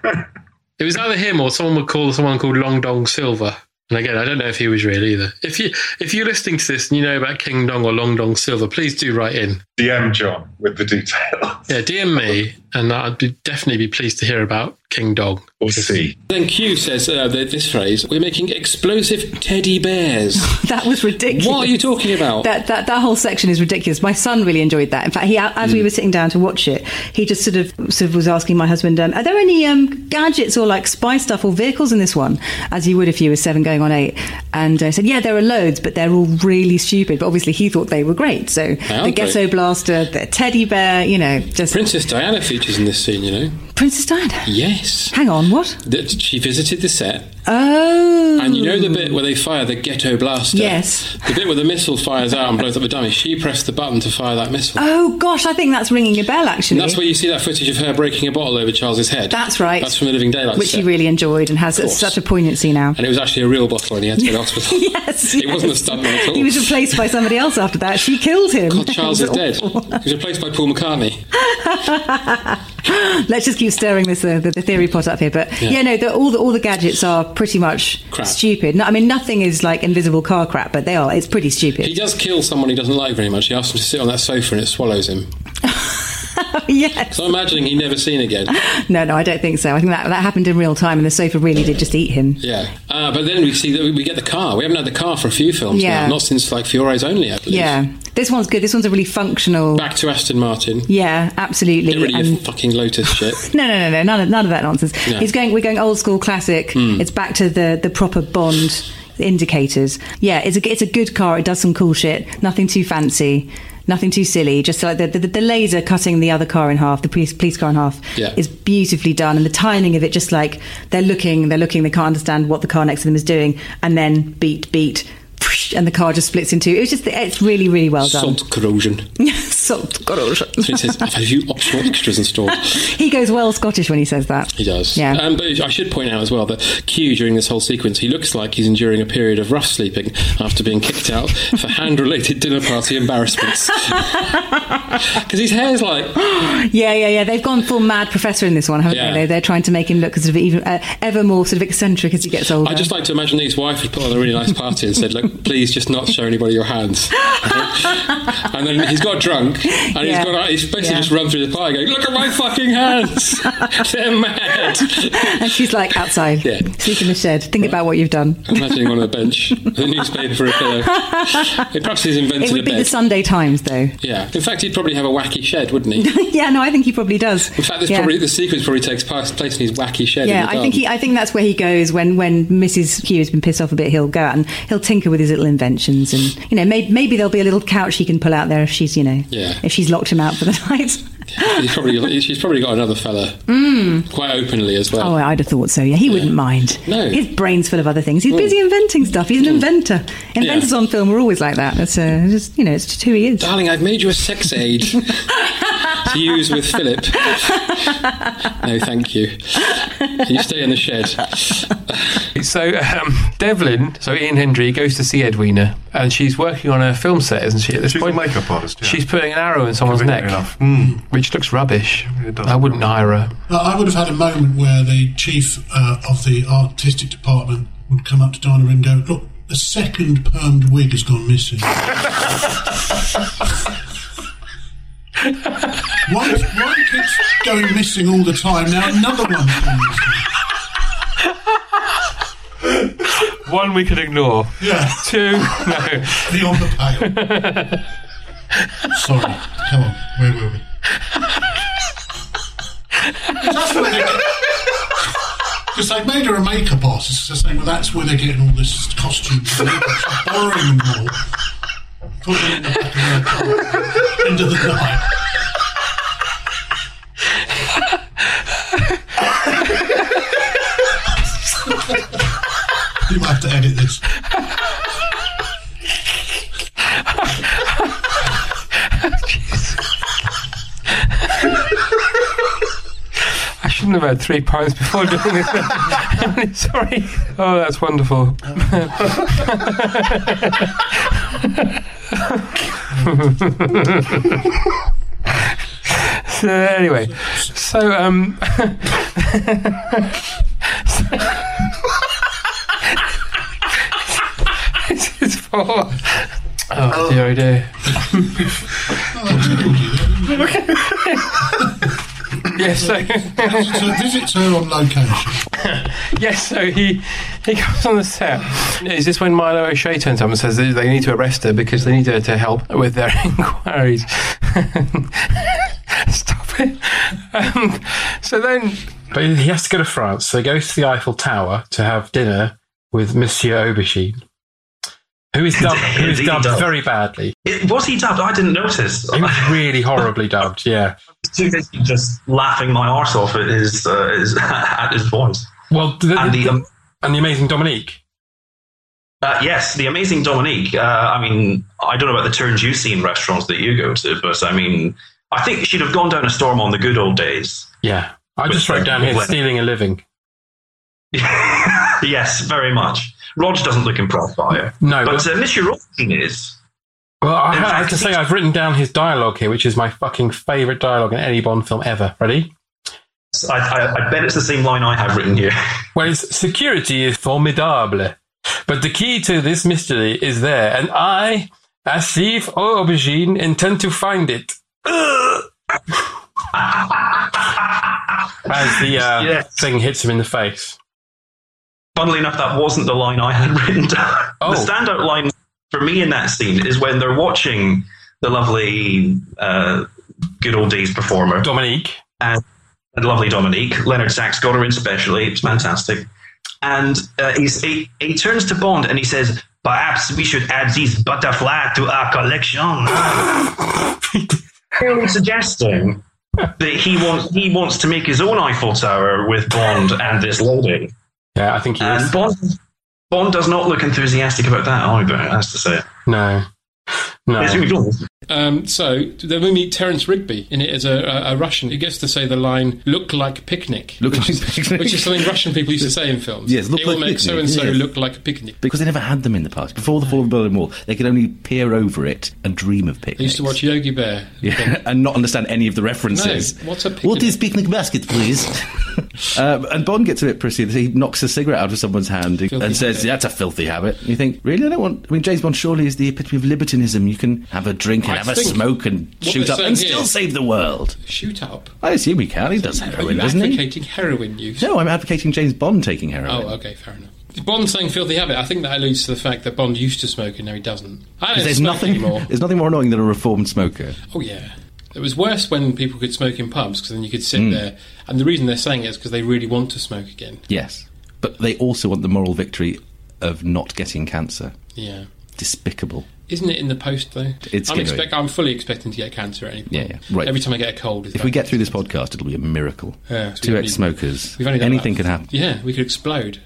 Speaker 3: it was either him or someone would call someone called Long Dong Silver. And again, I don't know if he was real either. If you if you're listening to this and you know about King Dong or Long Dong Silver, please do write in.
Speaker 13: DM John with the details.
Speaker 3: Yeah, DM me, and I'd be, definitely be pleased to hear about King Dong
Speaker 13: or C.
Speaker 3: Then Q says uh, th- this phrase: "We're making explosive teddy bears."
Speaker 14: That was ridiculous.
Speaker 3: What are you talking about?
Speaker 14: That, that that whole section is ridiculous. My son really enjoyed that. In fact, he as
Speaker 3: Hmm.
Speaker 14: we were sitting down to watch it, he just sort of sort of was asking my husband, um, "Are there any um, gadgets or like spy stuff or vehicles in this one?" As you would if you were seven going on eight. And I said, "Yeah, there are loads, but they're all really stupid." But obviously, he thought they were great. So
Speaker 3: aren't
Speaker 14: the ghetto
Speaker 3: they?
Speaker 14: blaster, the teddy bear, you know, just
Speaker 3: Princess Diana features in this scene, you know.
Speaker 14: Princess Diana.
Speaker 3: Yes,
Speaker 14: Hang on, what?
Speaker 3: that she visited the set.
Speaker 14: Oh,
Speaker 3: And you know the bit where they fire the ghetto blaster?
Speaker 14: Yes.
Speaker 3: The bit where the missile fires out and blows up the dummy. She pressed the button to fire that missile.
Speaker 14: Oh gosh, I think that's ringing a bell
Speaker 3: and
Speaker 14: actually.
Speaker 3: that's where you see that footage of her breaking a bottle over Charles's head.
Speaker 14: That's right.
Speaker 3: That's from a Living Daylights
Speaker 14: which
Speaker 3: set.
Speaker 14: he really enjoyed and has
Speaker 3: Of course.
Speaker 14: such a poignancy now.
Speaker 3: and it was actually a real bottle and he had to go to hospital.
Speaker 14: yes,
Speaker 3: It wasn't a stuntman at all.
Speaker 14: He was replaced by somebody else after that. She killed him.
Speaker 3: Charles is dead. He was replaced by Paul McCartney.
Speaker 14: Let's just keep stirring this uh, the, the theory pot up here. But
Speaker 3: Yeah.
Speaker 14: yeah, no, the, all the all the gadgets are pretty much
Speaker 3: Crap.
Speaker 14: stupid. No, I mean, nothing is like invisible car crap, but they are. It's pretty stupid.
Speaker 3: He does kill someone he doesn't like very much. He asks him to sit on that sofa and it swallows him.
Speaker 14: yes.
Speaker 3: So I'm imagining he'd never seen again.
Speaker 14: No, no, I don't think so. I think that that happened in real time, and the sofa really did just eat him.
Speaker 3: Yeah. Uh, but then we see that we get the car. We haven't had the car for a few films
Speaker 14: Yeah.
Speaker 3: now. Not since like Fiore's Only, I believe.
Speaker 14: Yeah, this one's good. This one's a really functional.
Speaker 3: Back to Aston Martin.
Speaker 14: Yeah, absolutely.
Speaker 3: Get rid of
Speaker 14: And-
Speaker 3: your fucking Lotus shit.
Speaker 14: No, no, no, no, none of, none of that nonsense.
Speaker 3: No.
Speaker 14: He's going. We're going old school classic.
Speaker 3: Mm.
Speaker 14: It's back to the the proper Bond indicators. Yeah, it's a it's a good car. It does some cool shit. Nothing too fancy. Nothing too silly. Just like the the, the laser cutting the other car in half, the police police car in half,
Speaker 15: Yeah.
Speaker 14: is beautifully done. And the timing of it, just like they're looking, they're looking, they can't understand what the car next to them is doing, and then beat, beat. whoosh, And the car just splits in two. It was just, it's really, really well done.
Speaker 3: Salt corrosion.
Speaker 14: Salt.
Speaker 3: So it says, I've had a few optional extras installed.
Speaker 14: He goes well Scottish when he says that.
Speaker 3: He does.
Speaker 14: Yeah.
Speaker 3: Um, but I should point out as well that Q, during this whole sequence, he looks like he's enduring a period of rough sleeping after being kicked out for hand related dinner party embarrassments. Because his hair's like.
Speaker 14: yeah, yeah, yeah. They've gone full mad professor in this one, haven't
Speaker 3: Yeah.
Speaker 14: they? They're, they're trying to make him look sort of even uh, ever more sort of eccentric as he gets older.
Speaker 3: I just like to imagine that his wife had put on a really nice party and said, Look, please just not show anybody your hands. and then he's got drunk and
Speaker 14: Yeah.
Speaker 3: he's, got, he's basically
Speaker 14: Yeah.
Speaker 3: just run through the party going, Look at my fucking hands! They're mad!
Speaker 14: and she's like outside,
Speaker 3: Yeah.
Speaker 14: sleep in the shed. Think about what you've done.
Speaker 3: I'm imagining on a bench with a newspaper for a pillow. Perhaps he's invented
Speaker 14: It would
Speaker 3: a
Speaker 14: be
Speaker 3: bed.
Speaker 14: the Sunday Times, though.
Speaker 3: Yeah. In fact, he'd probably have a wacky shed, wouldn't he?
Speaker 14: yeah, no, I think he probably does.
Speaker 3: In fact, this
Speaker 14: yeah.
Speaker 3: probably the sequence probably takes place place in his wacky shed. in
Speaker 14: Yeah,
Speaker 3: the
Speaker 14: I think he, I think that's where he goes when, when Mrs. Hugh has been pissed off a bit. He'll go out and he'll tinker with his little inventions, and you know, maybe, maybe there'll be a little couch he can pull out there if she's, you know,
Speaker 3: Yeah.
Speaker 14: if she's locked him out for the night.
Speaker 3: garden. He's probably she's probably got another fella
Speaker 14: Mm.
Speaker 3: quite openly as well.
Speaker 14: Oh, I'd have thought so. Yeah, he wouldn't mind.
Speaker 3: No.
Speaker 14: his brain's full of other things. He's
Speaker 16: Hmm.
Speaker 14: busy inventing stuff. He's an inventor. Inventors on film are always like that. That's uh, just you know, it's just who he is.
Speaker 3: Darling, I've made you a sex aid to use with Philip. No, thank you. Can you stay in the shed?
Speaker 17: so um, Devlin, so Ian Hendry goes to see Edwina, and she's working on a film set, isn't she? At this
Speaker 18: She's
Speaker 17: point,
Speaker 18: a makeup artist. Yeah.
Speaker 17: she's putting an arrow in someone's neck,
Speaker 18: Convenient enough. Mm.
Speaker 17: which looks rubbish.
Speaker 18: It does.
Speaker 17: I wouldn't hire her.
Speaker 19: Uh, I would have had a moment where the chief uh, of the artistic department would come up to Dinah and go, "Look, the second permed wig has gone missing." one, one keeps going missing all the time. Now another one.
Speaker 17: One we could ignore.
Speaker 19: Yeah.
Speaker 17: Two, no.
Speaker 19: Beyond the pale. Sorry. Come on. Where were we? Because they've made her a makeup artist. They're saying, well, that's where they're getting all this costume. from. They're borrowing them all. Putting it in the back of their car. End of the night.
Speaker 12: shouldn't have had three pints before doing this. Sorry. Oh, that's wonderful. so anyway, so um. this is for. Oh dear, oh dear. yes, so.
Speaker 11: visits her on location.
Speaker 12: yes, so he he comes on the set.
Speaker 17: Mm.
Speaker 12: Is this when Milo O'Shea turns up and says that they need to arrest her because they need her to help with their inquiries? Stop it. Um, so then.
Speaker 17: But he has to go to France, so he goes to the Eiffel Tower to have dinner with Monsieur Aubergine, who is dubbed, who is
Speaker 15: Indeed
Speaker 17: dubbed
Speaker 15: dubbed.
Speaker 17: very badly.
Speaker 15: It, was he dubbed? I didn't notice.
Speaker 17: He was really horribly dubbed, yeah.
Speaker 15: Just laughing my arse off at his, uh, his at his voice.
Speaker 17: Well, the,
Speaker 15: and the um,
Speaker 17: and the amazing Dominique.
Speaker 15: Uh, yes, the amazing Dominique. Uh, I mean, I don't know about the turns you see in restaurants that you go to, but I mean, I think she'd have gone down a storm on the good old days.
Speaker 17: Yeah. I
Speaker 15: Which
Speaker 17: just wrote
Speaker 15: I
Speaker 17: down here
Speaker 15: went-
Speaker 17: stealing a living.
Speaker 15: yes, very much. Rog doesn't look impressed by her.
Speaker 17: No,
Speaker 15: but,
Speaker 17: but-
Speaker 15: uh, Monsieur Robson is.
Speaker 17: Well, I
Speaker 15: In
Speaker 17: have, I have
Speaker 15: fact,
Speaker 17: to say, I've written down his dialogue here, which is my fucking favourite dialogue in any Bond film ever. Ready?
Speaker 15: I, I, I bet it's the same line I have written here.
Speaker 17: Well, it's security is formidable, but the key to this mystery is there, and I, as thief or aubergine, intend to find it. as the uh, thing hits him in the face.
Speaker 15: Funnily enough, that wasn't the line I had written down.
Speaker 17: Oh.
Speaker 15: The standout line for me in that scene is when they're watching the lovely uh, good old days performer
Speaker 17: Dominique
Speaker 15: and, and lovely Dominique. Leonard Sachs got her in specially. It's fantastic. And uh, he's, he, he turns to Bond and he says, "Perhaps we should add these butterfly to our collection." Clearly suggesting that he wants he wants to make his own Eiffel Tower with Bond and this lady.
Speaker 17: Yeah, I think he
Speaker 15: and Bond Bond does not look enthusiastic about that either. That's to say,
Speaker 17: no,
Speaker 15: no.
Speaker 3: Um, so then we meet Terence Rigby in it as a, a, a Russian. He gets to say the line "look like picnic,"
Speaker 10: Look
Speaker 3: which,
Speaker 10: like
Speaker 3: is,
Speaker 10: picnic.
Speaker 3: which is something Russian people used to say in films.
Speaker 10: Yes, look
Speaker 3: it
Speaker 10: like
Speaker 3: will make
Speaker 10: picnic,
Speaker 3: so and so
Speaker 10: yes.
Speaker 3: look like a picnic.
Speaker 10: Because they never had them in the past. Before the fall of the Berlin Wall, they could only peer over it and dream of
Speaker 3: They
Speaker 10: picnic.
Speaker 3: used to watch Yogi Bear.
Speaker 10: Yeah, and not understand any of the references.
Speaker 3: No, what's a picnic?
Speaker 10: What is picnic basket, please? um, and Bond gets a bit prissy. He knocks a cigarette out of someone's hand and says, "That's a filthy habit." And you think, really? I don't want. I mean, James Bond surely is the epitome of libertinism. You can have a drink and
Speaker 3: I
Speaker 10: have a
Speaker 3: think
Speaker 10: smoke and
Speaker 3: what
Speaker 10: shoot
Speaker 3: they're
Speaker 10: up and
Speaker 3: saying
Speaker 10: still
Speaker 3: here-
Speaker 10: save the world.
Speaker 3: Shoot up.
Speaker 10: I assume he can. He does
Speaker 3: Are
Speaker 10: heroin,
Speaker 3: you
Speaker 10: doesn't he?
Speaker 3: advocating heroin use?
Speaker 10: No, I'm advocating James Bond taking heroin.
Speaker 3: Oh, okay, fair enough. Bond saying filthy habit. I think that alludes to the fact that Bond used to smoke and now he doesn't. I
Speaker 10: 'Cause
Speaker 3: don't
Speaker 10: there's
Speaker 3: smoke
Speaker 10: nothing.
Speaker 3: anymore.
Speaker 10: There's nothing more annoying than a reformed smoker.
Speaker 3: Oh yeah, it was worse when people could smoke in pubs because then you could sit
Speaker 10: Mm.
Speaker 3: there. And the reason they're saying it is because they really want to smoke again.
Speaker 10: Yes, but they also want the moral victory of not getting cancer.
Speaker 3: Yeah.
Speaker 10: Despicable.
Speaker 3: Isn't it in the post though?
Speaker 10: It's
Speaker 3: I'm
Speaker 10: gonna
Speaker 3: expect. I'm fully expecting to get cancer at any point.
Speaker 10: Yeah, yeah. Right.
Speaker 3: Every time I get a cold, it's
Speaker 10: If we
Speaker 3: like-
Speaker 10: get through this podcast, it'll be a miracle.
Speaker 3: Yeah, so
Speaker 10: Two
Speaker 3: we need-
Speaker 10: ex-smokers.
Speaker 3: we've only done
Speaker 10: Anything
Speaker 3: about-
Speaker 10: can happen.
Speaker 3: yeah, we could explode.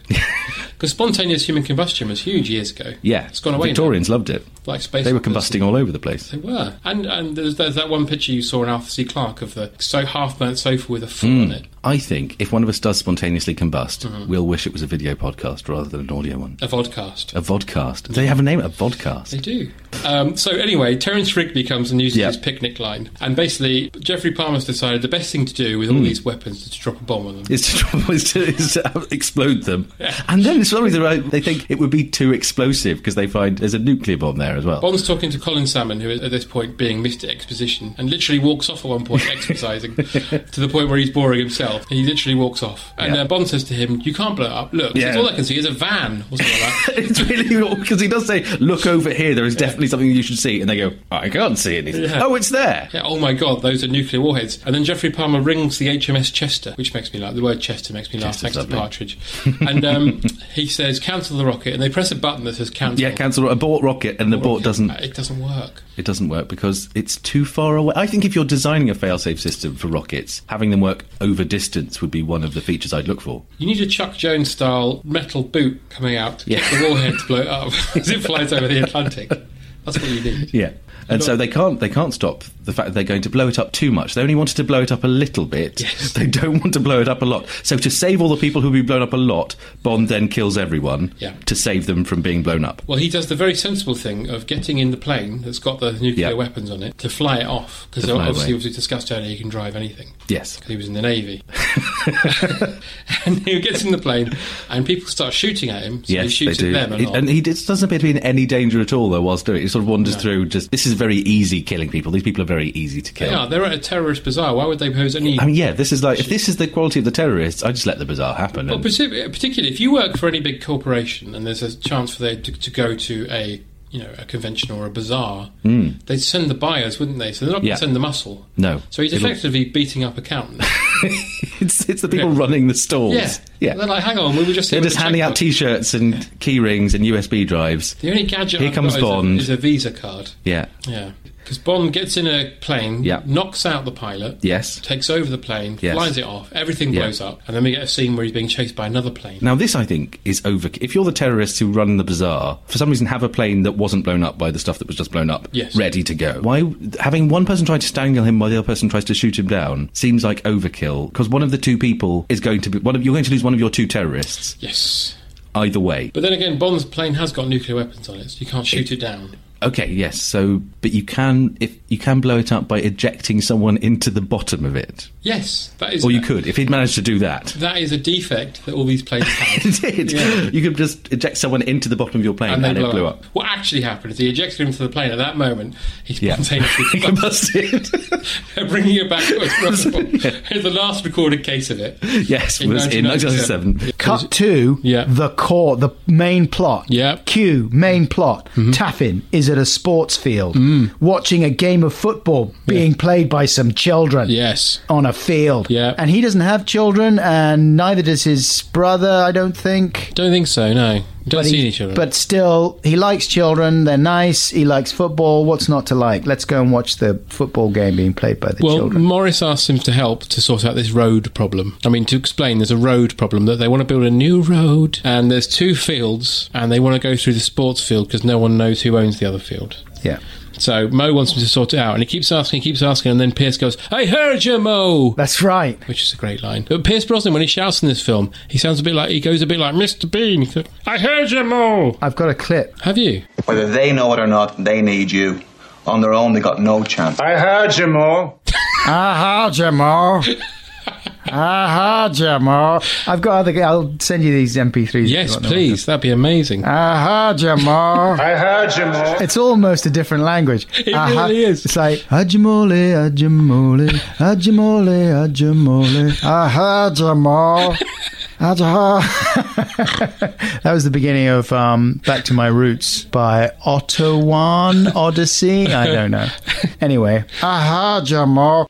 Speaker 3: Because spontaneous human combustion was huge years ago.
Speaker 10: Yeah,
Speaker 3: it's gone away. now.
Speaker 10: Victorians loved it.
Speaker 3: Like space
Speaker 10: they were
Speaker 3: odyssey.
Speaker 10: combusting all over the place.
Speaker 3: They were, and and there's, there's that one picture you saw in Arthur C. Clarke of the so half burnt sofa with a foot on
Speaker 10: Mm.
Speaker 3: it Mm-hmm.
Speaker 10: I think if one of us does spontaneously combust, we'll wish it was a video podcast rather than an audio one.
Speaker 3: a vodcast.
Speaker 10: A vodcast. Do they have a name? A vodcast.
Speaker 3: They do. Um, so anyway, Terence Rigby comes and uses
Speaker 10: Yeah.
Speaker 3: his picnic line, and basically Jeffrey Palmer's decided the best thing to do with all
Speaker 10: Mm.
Speaker 3: these weapons is to drop a bomb on them.
Speaker 10: It's to, trouble is to, is to explode them. And then it's probably the right, they think it would be too explosive because they find there's a nuclear bomb there as well.
Speaker 3: Bond's talking to Colin Salmon, who is at this point being Mr. Exposition, and literally walks off at one point exercising to the point where he's boring himself. And he literally walks off. And uh, Bond says to him, You can't blow it up. Look, he says,
Speaker 10: Yeah.
Speaker 3: all I can see is a van or something like that.
Speaker 10: it's really because he does say, "Look over here. There is definitely something you should see," and they go, "I can't see anything." Oh, it's there.
Speaker 3: Yeah, oh my god, those are nuclear warheads. And then Jeffrey Palmer rings the HMS Chester, which makes me laugh. The word Chester makes me laugh.
Speaker 10: Chester's
Speaker 3: Thanks to
Speaker 10: lovely.
Speaker 3: Partridge. And um, he says, cancel the rocket. And they press a button that says cancel.
Speaker 10: yeah, cancel abort rocket, and the abort doesn't.
Speaker 3: It doesn't work.
Speaker 10: It doesn't work because it's too far away. I think if you're designing a failsafe system for rockets, having them work over distance would be one of the features I'd look for.
Speaker 3: You need a Chuck Jones style metal boot coming out to
Speaker 10: Yeah.
Speaker 3: kick the warhead to blow it up as it flies over the Atlantic. That's what you need.
Speaker 10: Yeah. And so they can't they can't stop the fact that they're going to blow it up too much. They only wanted to blow it up a little bit. They don't want to blow it up a lot. So to save all the people who'll be blown up a lot, Bond then kills everyone
Speaker 3: Yeah.
Speaker 10: to save them from being blown up.
Speaker 3: Well, he does the very sensible thing of getting in the plane that's got the nuclear
Speaker 10: Yeah.
Speaker 3: weapons on it to fly it off because
Speaker 10: To fly
Speaker 3: obviously,
Speaker 10: away.
Speaker 3: as we discussed earlier, he can drive anything.
Speaker 10: Yes.
Speaker 3: because he was in the navy. and he gets in the plane, and people start shooting at him. So he
Speaker 10: yes, they
Speaker 3: shoots
Speaker 10: do.
Speaker 3: at them. And,
Speaker 10: He-
Speaker 3: all.
Speaker 10: and he just doesn't appear to be in any danger at all though whilst doing it. He sort of wanders through just this is very easy killing people. These people are very easy to kill.
Speaker 3: they are. They're at a terrorist bazaar. Why would they pose any?
Speaker 10: I mean, yeah, this is like if this is the quality of the terrorists, I just let the bizarre happen.
Speaker 3: Well,
Speaker 10: and-
Speaker 3: partic- particularly if you work for any big corporation and there's a chance for they to, to go to a you know a convention or a bazaar,
Speaker 10: Mm.
Speaker 3: they'd send the buyers, wouldn't they? So they're not going
Speaker 10: Yeah.
Speaker 3: to send the muscle.
Speaker 10: No.
Speaker 3: So he's
Speaker 10: It'll-
Speaker 3: effectively beating up accountants.
Speaker 10: it's, it's the people running the stalls.
Speaker 3: yeah.
Speaker 10: Yeah.
Speaker 3: They're like, hang on, we were just
Speaker 10: They're
Speaker 3: here with
Speaker 10: just
Speaker 3: a
Speaker 10: handing out T-shirts and key rings and USB drives.
Speaker 3: The only gadget
Speaker 10: Here
Speaker 3: I've
Speaker 10: comes
Speaker 3: got
Speaker 10: Bond.
Speaker 3: Is, a, is a Visa card.
Speaker 10: Yeah.
Speaker 3: Yeah, because Bond gets in a plane,
Speaker 10: Yeah.
Speaker 3: knocks out the pilot,
Speaker 10: Yes.
Speaker 3: takes over the plane,
Speaker 10: Yes.
Speaker 3: flies it off, everything
Speaker 10: Yeah.
Speaker 3: blows up, and then we get a scene where he's being chased by another plane.
Speaker 10: Now this, I think, is over. If you're the terrorists who run the bazaar, for some reason have a plane that wasn't blown up by the stuff that was just blown up,
Speaker 3: Yes.
Speaker 10: ready to go. Why having one person try to strangle him while the other person tries to shoot him down seems like overkill because one of the two people is going to be one of you're going to lose one of your two terrorists
Speaker 3: Yes.
Speaker 10: either way.
Speaker 3: But then again, Bond's plane has got nuclear weapons on it, so you can't shoot it down.
Speaker 10: Okay, yes. So, but you can if you can blow it up by ejecting someone into the bottom of it,
Speaker 3: Yes, that is
Speaker 10: or you could if he'd managed to do that.
Speaker 3: that is a defect that all these planes have.
Speaker 10: It- You could just eject someone into the bottom of your plane and,
Speaker 3: they
Speaker 10: it blew up.
Speaker 3: What actually happened is he ejected him to the plane at that moment. He
Speaker 10: Yeah.
Speaker 3: spontaneously
Speaker 10: combusted.
Speaker 3: They're bringing it back. to its It's the last recorded case of it.
Speaker 10: Yes,
Speaker 3: In
Speaker 10: was in
Speaker 3: 1997.
Speaker 10: 1997.
Speaker 6: Cut to the core, the main plot. Yeah. Q, main plot.
Speaker 3: Mm-hmm.
Speaker 6: Taffin is at a sports field
Speaker 3: Mm.
Speaker 6: watching a game of football being played by some children.
Speaker 3: Yes.
Speaker 6: On a field. Yeah. And he doesn't have children, and neither does his brother, I don't think.
Speaker 3: Don't think so, no. Don't see any children.
Speaker 6: But still, he likes children. They're nice. He likes football. What's not to like? Let's go and watch the football game being played by the
Speaker 3: well,
Speaker 6: children.
Speaker 3: Morris asks him to help to sort out this road problem. I mean, to explain, there's a road problem that they want to build a new road, and there's two fields, and they want to go through the sports field because no one knows who owns the other field.
Speaker 6: Yeah.
Speaker 3: So Mo wants him to sort it out, and he keeps asking, he keeps asking, and then Pierce goes, "I heard you, Mo."
Speaker 6: That's right.
Speaker 3: Which is a great line. But Pierce Brosnan, when he shouts in this film, he sounds a bit like he goes a bit like Mr. Bean. He goes, I heard you, Mo.
Speaker 6: I've got a clip.
Speaker 3: Have you?
Speaker 18: Whether they know it or not, they need you. On their own, they got no chance. I heard you, Mo.
Speaker 6: Aha, Jamal. Aha, Jamal. I've got other. I'll send you these MP3s.
Speaker 3: Yes, please. That'd be amazing.
Speaker 6: Aha, Jamal.
Speaker 18: I heard you, Mo.
Speaker 6: It's almost a different language.
Speaker 18: It really
Speaker 6: is. It's like Ajamole, Ajamole, Ajamole, Ajamole, Aha, Jamal. Ajaha. that was the beginning of um, "Back to My Roots" by Ottawan Odyssey. I don't know. Anyway, aha, Jamal.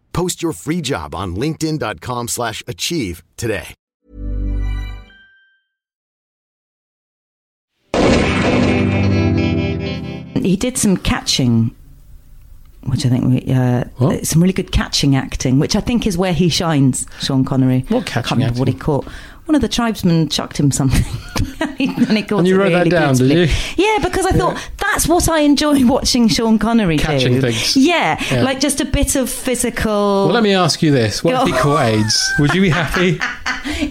Speaker 20: Post your free job on linkedin.com/achieve slash achieve today.
Speaker 16: He did some catching, which I think we, uh, some really good catching acting, which I think is where he shines. Sean Connery. What catching? Can't remember what he caught. One of the tribesmen chucked him something, and he, and he caught
Speaker 3: And you
Speaker 16: it
Speaker 3: wrote that
Speaker 16: really
Speaker 3: down, did
Speaker 16: beautifully.
Speaker 3: you?
Speaker 16: Yeah, because I thought that's what I enjoy watching Sean Connery
Speaker 3: Catching
Speaker 16: do.
Speaker 3: things.
Speaker 16: Yeah,
Speaker 3: Yeah.
Speaker 16: like just a bit of physical.
Speaker 3: Well, let me ask you this: What if he caught AIDS? Would you be happy?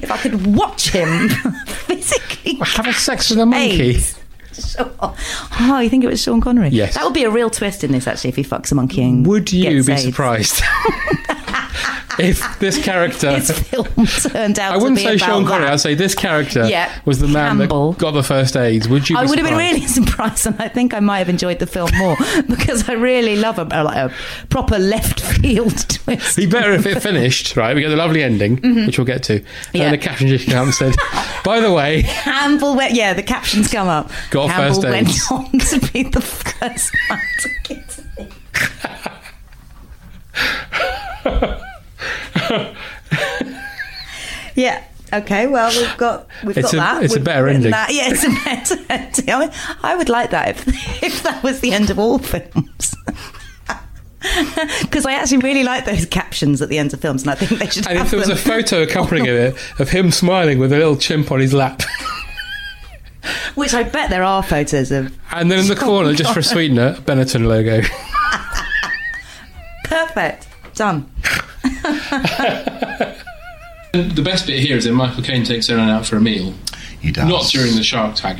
Speaker 16: if I could watch him physically have a sex with a
Speaker 3: monkey.
Speaker 16: Oh, you think it was Sean Connery?
Speaker 6: Yes.
Speaker 16: That would be a real twist in this, actually, if he fucks a monkey and
Speaker 6: Would you
Speaker 16: gets
Speaker 6: be
Speaker 16: AIDS.
Speaker 6: surprised if this character?
Speaker 16: His film turned out
Speaker 6: I wouldn't
Speaker 16: to be
Speaker 6: say
Speaker 16: about
Speaker 6: Sean
Speaker 16: that.
Speaker 6: Connery. I'd say this character
Speaker 16: Yeah,
Speaker 6: was the man that got the first AIDS. Would you?
Speaker 16: I
Speaker 6: be
Speaker 16: would have been
Speaker 6: surprised?
Speaker 16: really surprised, and I think I might have enjoyed the film more because I really love a, like a proper left field twist.
Speaker 6: Be better if it finished right. We get the lovely ending,
Speaker 16: Mhm.
Speaker 6: which we'll get to.
Speaker 16: Yeah.
Speaker 6: And the caption just came out and said, "By the way,
Speaker 16: Campbell went, yeah, the captions come up.
Speaker 6: Got
Speaker 16: Campbell
Speaker 6: first
Speaker 16: went
Speaker 6: aids.
Speaker 16: on to be the first one to get it. yeah. Okay. Well, we've got we've
Speaker 6: It's
Speaker 16: got
Speaker 6: a-
Speaker 16: that.
Speaker 6: it's a
Speaker 16: We've
Speaker 6: better
Speaker 16: written
Speaker 6: ending.
Speaker 16: That. Yeah, it's a better ending. I, mean, I would like that if if that was the end of all films. Because I actually really like those captions at the end of films, and I think they should.
Speaker 6: And
Speaker 16: have
Speaker 6: if there was
Speaker 16: them.
Speaker 6: a photo accompanying it of him smiling with a little chimp on his lap,
Speaker 16: which I bet there are photos of.
Speaker 6: and then in the
Speaker 16: Oh
Speaker 6: corner, just for a sweetener, a Benetton logo.
Speaker 16: Perfect. Done.
Speaker 3: The best bit here is that Michael Caine takes Owen out for a meal. He does. Not during the shark tag.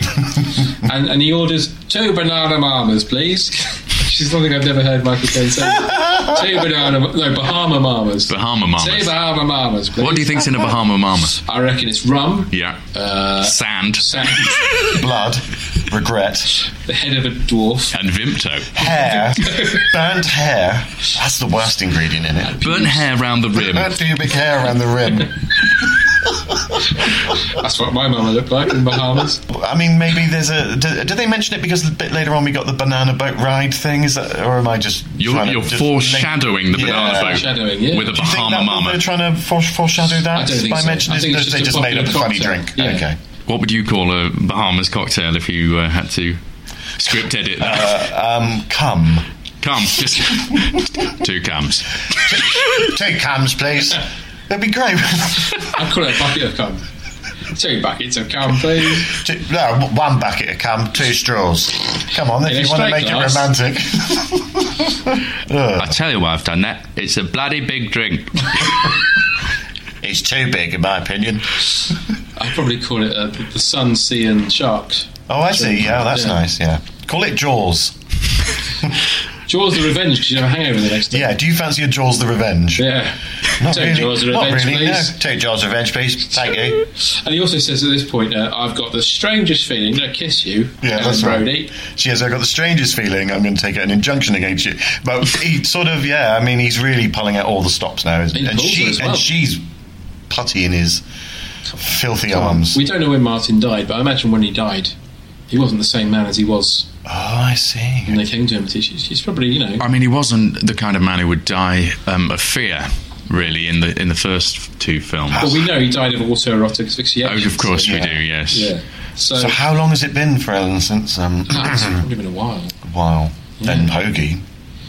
Speaker 3: and, and he orders two banana mamas, please. Which is something I've never heard Michael Caine say. two banana, no, Bahama mamas.
Speaker 7: Bahama mamas.
Speaker 3: Two Bahama mamas, please.
Speaker 7: What do you think's in a Bahama mamas?
Speaker 3: I reckon it's rum.
Speaker 7: Yeah.
Speaker 3: Uh,
Speaker 7: sand.
Speaker 3: Sand.
Speaker 7: Blood.
Speaker 3: Regret. The head of a dwarf.
Speaker 7: And Vimto.
Speaker 8: Hair. Burnt hair. That's the worst ingredient in it.
Speaker 7: Burnt hair round the rim.
Speaker 8: Burnt pubic hair around the rim.
Speaker 3: That's what my mama looked like in Bahamas.
Speaker 8: I mean, maybe there's a. Do, do they mention it because a bit later on we got the banana boat ride thing? Is that, or am I just?
Speaker 7: You're-
Speaker 8: trying to
Speaker 7: you're
Speaker 8: just
Speaker 7: foreshadowing the banana boat
Speaker 3: Foreshadowing, yeah.
Speaker 7: with a
Speaker 8: Do you think
Speaker 7: Bahama
Speaker 8: that-
Speaker 7: mama.
Speaker 8: They're trying to fore- foreshadow that
Speaker 3: I don't think
Speaker 8: by
Speaker 3: so.
Speaker 8: mentioning
Speaker 3: I think
Speaker 8: it.
Speaker 3: it's
Speaker 8: they
Speaker 3: just
Speaker 8: just
Speaker 3: a
Speaker 8: made up a
Speaker 3: popular
Speaker 8: funny
Speaker 3: concept.
Speaker 8: drink.
Speaker 3: Yeah.
Speaker 8: Okay.
Speaker 7: What would you call a Bahamas cocktail if you uh, had to script edit that?
Speaker 8: um, cum.
Speaker 7: Cum. Just two cums.
Speaker 8: Two cams, please. That'd be great.
Speaker 3: I'd call it a bucket of cum. Two buckets of cum, please.
Speaker 8: no, one bucket of cum, two straws. Come on, if
Speaker 7: In a
Speaker 8: you want to
Speaker 7: straight
Speaker 8: make
Speaker 7: glass.
Speaker 8: it romantic.
Speaker 7: I tell you why I've done that. It's a bloody big drink.
Speaker 8: it's too big, in my opinion.
Speaker 3: I'd probably call it uh, the, the sun, sea, and sharks.
Speaker 8: Oh, I see. Yeah, that's nice. Yeah. Call it Jaws.
Speaker 3: Jaws the Revenge, because you have a hangover the next day.
Speaker 8: Yeah, do you fancy a Jaws the Revenge?
Speaker 3: Yeah.
Speaker 8: Not
Speaker 3: Take
Speaker 8: really.
Speaker 3: Jaws the
Speaker 8: Not
Speaker 3: Revenge,
Speaker 8: really, no.
Speaker 3: please.
Speaker 8: Take Jaws the Revenge, please. Thank you.
Speaker 3: And he also says at this point, uh, I've got the strangest feeling. I kiss you.
Speaker 8: Yeah,
Speaker 3: Ellen
Speaker 8: that's right.
Speaker 3: Brody.
Speaker 8: She has. I've got the strangest feeling. I'm going to take out an injunction against you. But he sort of, yeah. I mean, he's really pulling out all the stops now, isn't he? And
Speaker 3: Pulver
Speaker 8: she,
Speaker 3: as well.
Speaker 8: and she's putty in his filthy arms.
Speaker 3: We don't know when Martin died, but I imagine when he died, he wasn't the same man as he was.
Speaker 8: Oh, I see.
Speaker 3: When they came to him, she- she- she's probably, you know.
Speaker 7: I mean, he wasn't the kind of man who would die um, of fear, really, in the in the first two films.
Speaker 3: Well, we know he died of autoerotic asphyxiation.
Speaker 7: Oh, Of course
Speaker 3: so-
Speaker 7: we do, yes.
Speaker 3: Yeah.
Speaker 8: So,
Speaker 3: So,
Speaker 8: how long has it been for Ellen since? Um,
Speaker 3: Ah, it's probably been a while.
Speaker 8: Wow. Then Hoagie.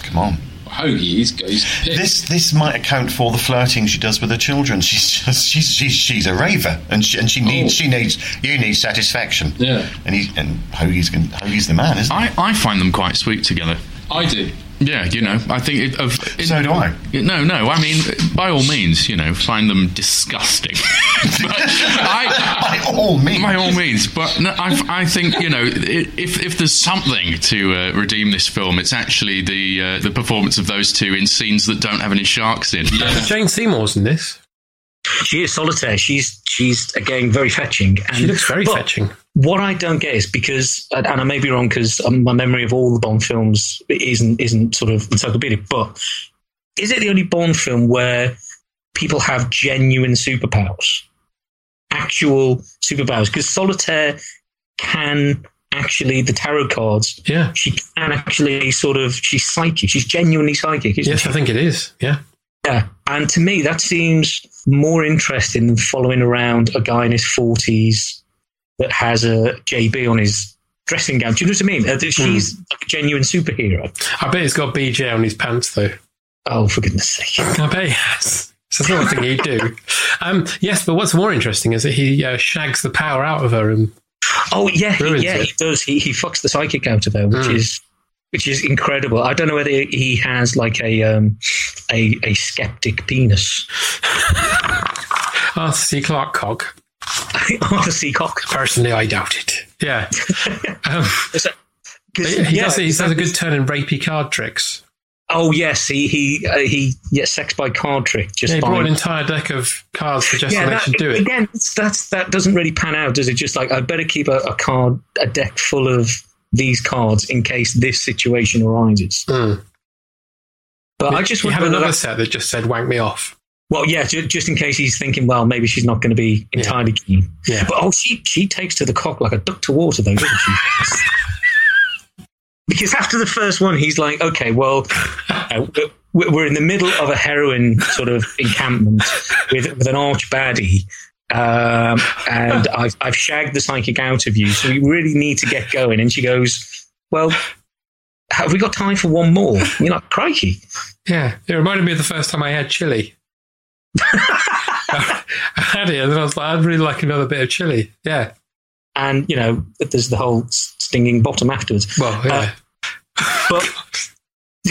Speaker 8: Come on.
Speaker 3: Hoagie, he's, he's
Speaker 8: This this might account for the flirting she does with her children. She's just, she's, she's she's a raver, and she and she
Speaker 7: Oh.
Speaker 8: needs she needs you need satisfaction.
Speaker 3: Yeah.
Speaker 8: And he and Hoagie's can, Hoagie's the man, isn't
Speaker 7: I, I find them quite sweet together.
Speaker 3: I do.
Speaker 7: Yeah, you know, I think it, of. It,
Speaker 8: so do I.
Speaker 7: No, no. I mean, by all means, you know, find them disgusting.
Speaker 8: by all means,
Speaker 7: by all means. But no, I, I think you know, i- if if there's something to uh, redeem this film, it's actually the uh, the performance of those two in scenes that don't have any sharks in.
Speaker 21: Jane Seymour's in this.
Speaker 22: She is solitaire. She's she's again very fetching. And,
Speaker 21: She looks very
Speaker 22: but
Speaker 21: fetching.
Speaker 22: What I don't get is because, and and I may be wrong because um, my memory of all the Bond films isn't isn't sort of encyclopedic. But is it the only Bond film where people have genuine superpowers, actual superpowers? Because solitaire can actually the tarot cards.
Speaker 21: Yeah,
Speaker 22: she can actually sort of she's psychic. She's genuinely psychic. Isn't
Speaker 21: Yes,
Speaker 22: she?
Speaker 21: I think it is. Yeah.
Speaker 22: Yeah, and to me that seems more interesting than following around a guy in his forties that has a JB on his dressing gown. Do you know what I mean? Uh, that she's a genuine superhero.
Speaker 21: Hmm. I bet he's got BJ on his pants though.
Speaker 22: Oh, for goodness sake.
Speaker 21: I bet he has. It's the sort of thing he'd do. Um, yes, but what's more interesting is that he uh, shags the power out of her and
Speaker 22: Oh yeah, he-
Speaker 21: Ruins
Speaker 22: yeah,
Speaker 21: it.
Speaker 22: he does. He he fucks the psychic out of her, which
Speaker 21: Mm.
Speaker 22: is which is incredible. I don't know whether he has like a um a a skeptic penis.
Speaker 21: Arthur C. Clarke cock.
Speaker 22: Arthur C. Cock.
Speaker 21: Personally, I doubt it.
Speaker 3: Yeah. Um, he, he does, he does a good turn in rapey card tricks.
Speaker 22: Oh yes, he he uh, he. Yeah, sex by card trick. Just
Speaker 3: yeah, he
Speaker 22: by,
Speaker 3: brought an entire deck of cards suggesting they
Speaker 22: that-
Speaker 3: should do it.
Speaker 22: Again, it's- that's that doesn't really pan out, does it? Just like I better keep a, a card, a deck full of these cards in case this situation arises. But I just
Speaker 3: you
Speaker 22: wonder
Speaker 3: have another
Speaker 22: that-
Speaker 3: set that just said "wank me off."
Speaker 22: Well, yeah, ju- just in case he's thinking, well, maybe she's not going to be entirely keen.
Speaker 3: Yeah.
Speaker 22: But oh, she she takes to the cock like a duck to water, though, doesn't she? because after the first one, he's like, okay, well, uh, we're we're in the middle of a heroin sort of encampment with, with an arch baddie. Um, and I've, I've shagged the psychic out of you, so we really need to get going. And she goes, Well, have we got time for one more? You're like, Crikey.
Speaker 3: Yeah, it reminded me of the first time I had chili. I had it, and then I was like, "I'd really like another bit of chili." Yeah,
Speaker 22: and you know there's the whole s- stinging bottom afterwards. Uh,
Speaker 3: Well, yeah.
Speaker 22: but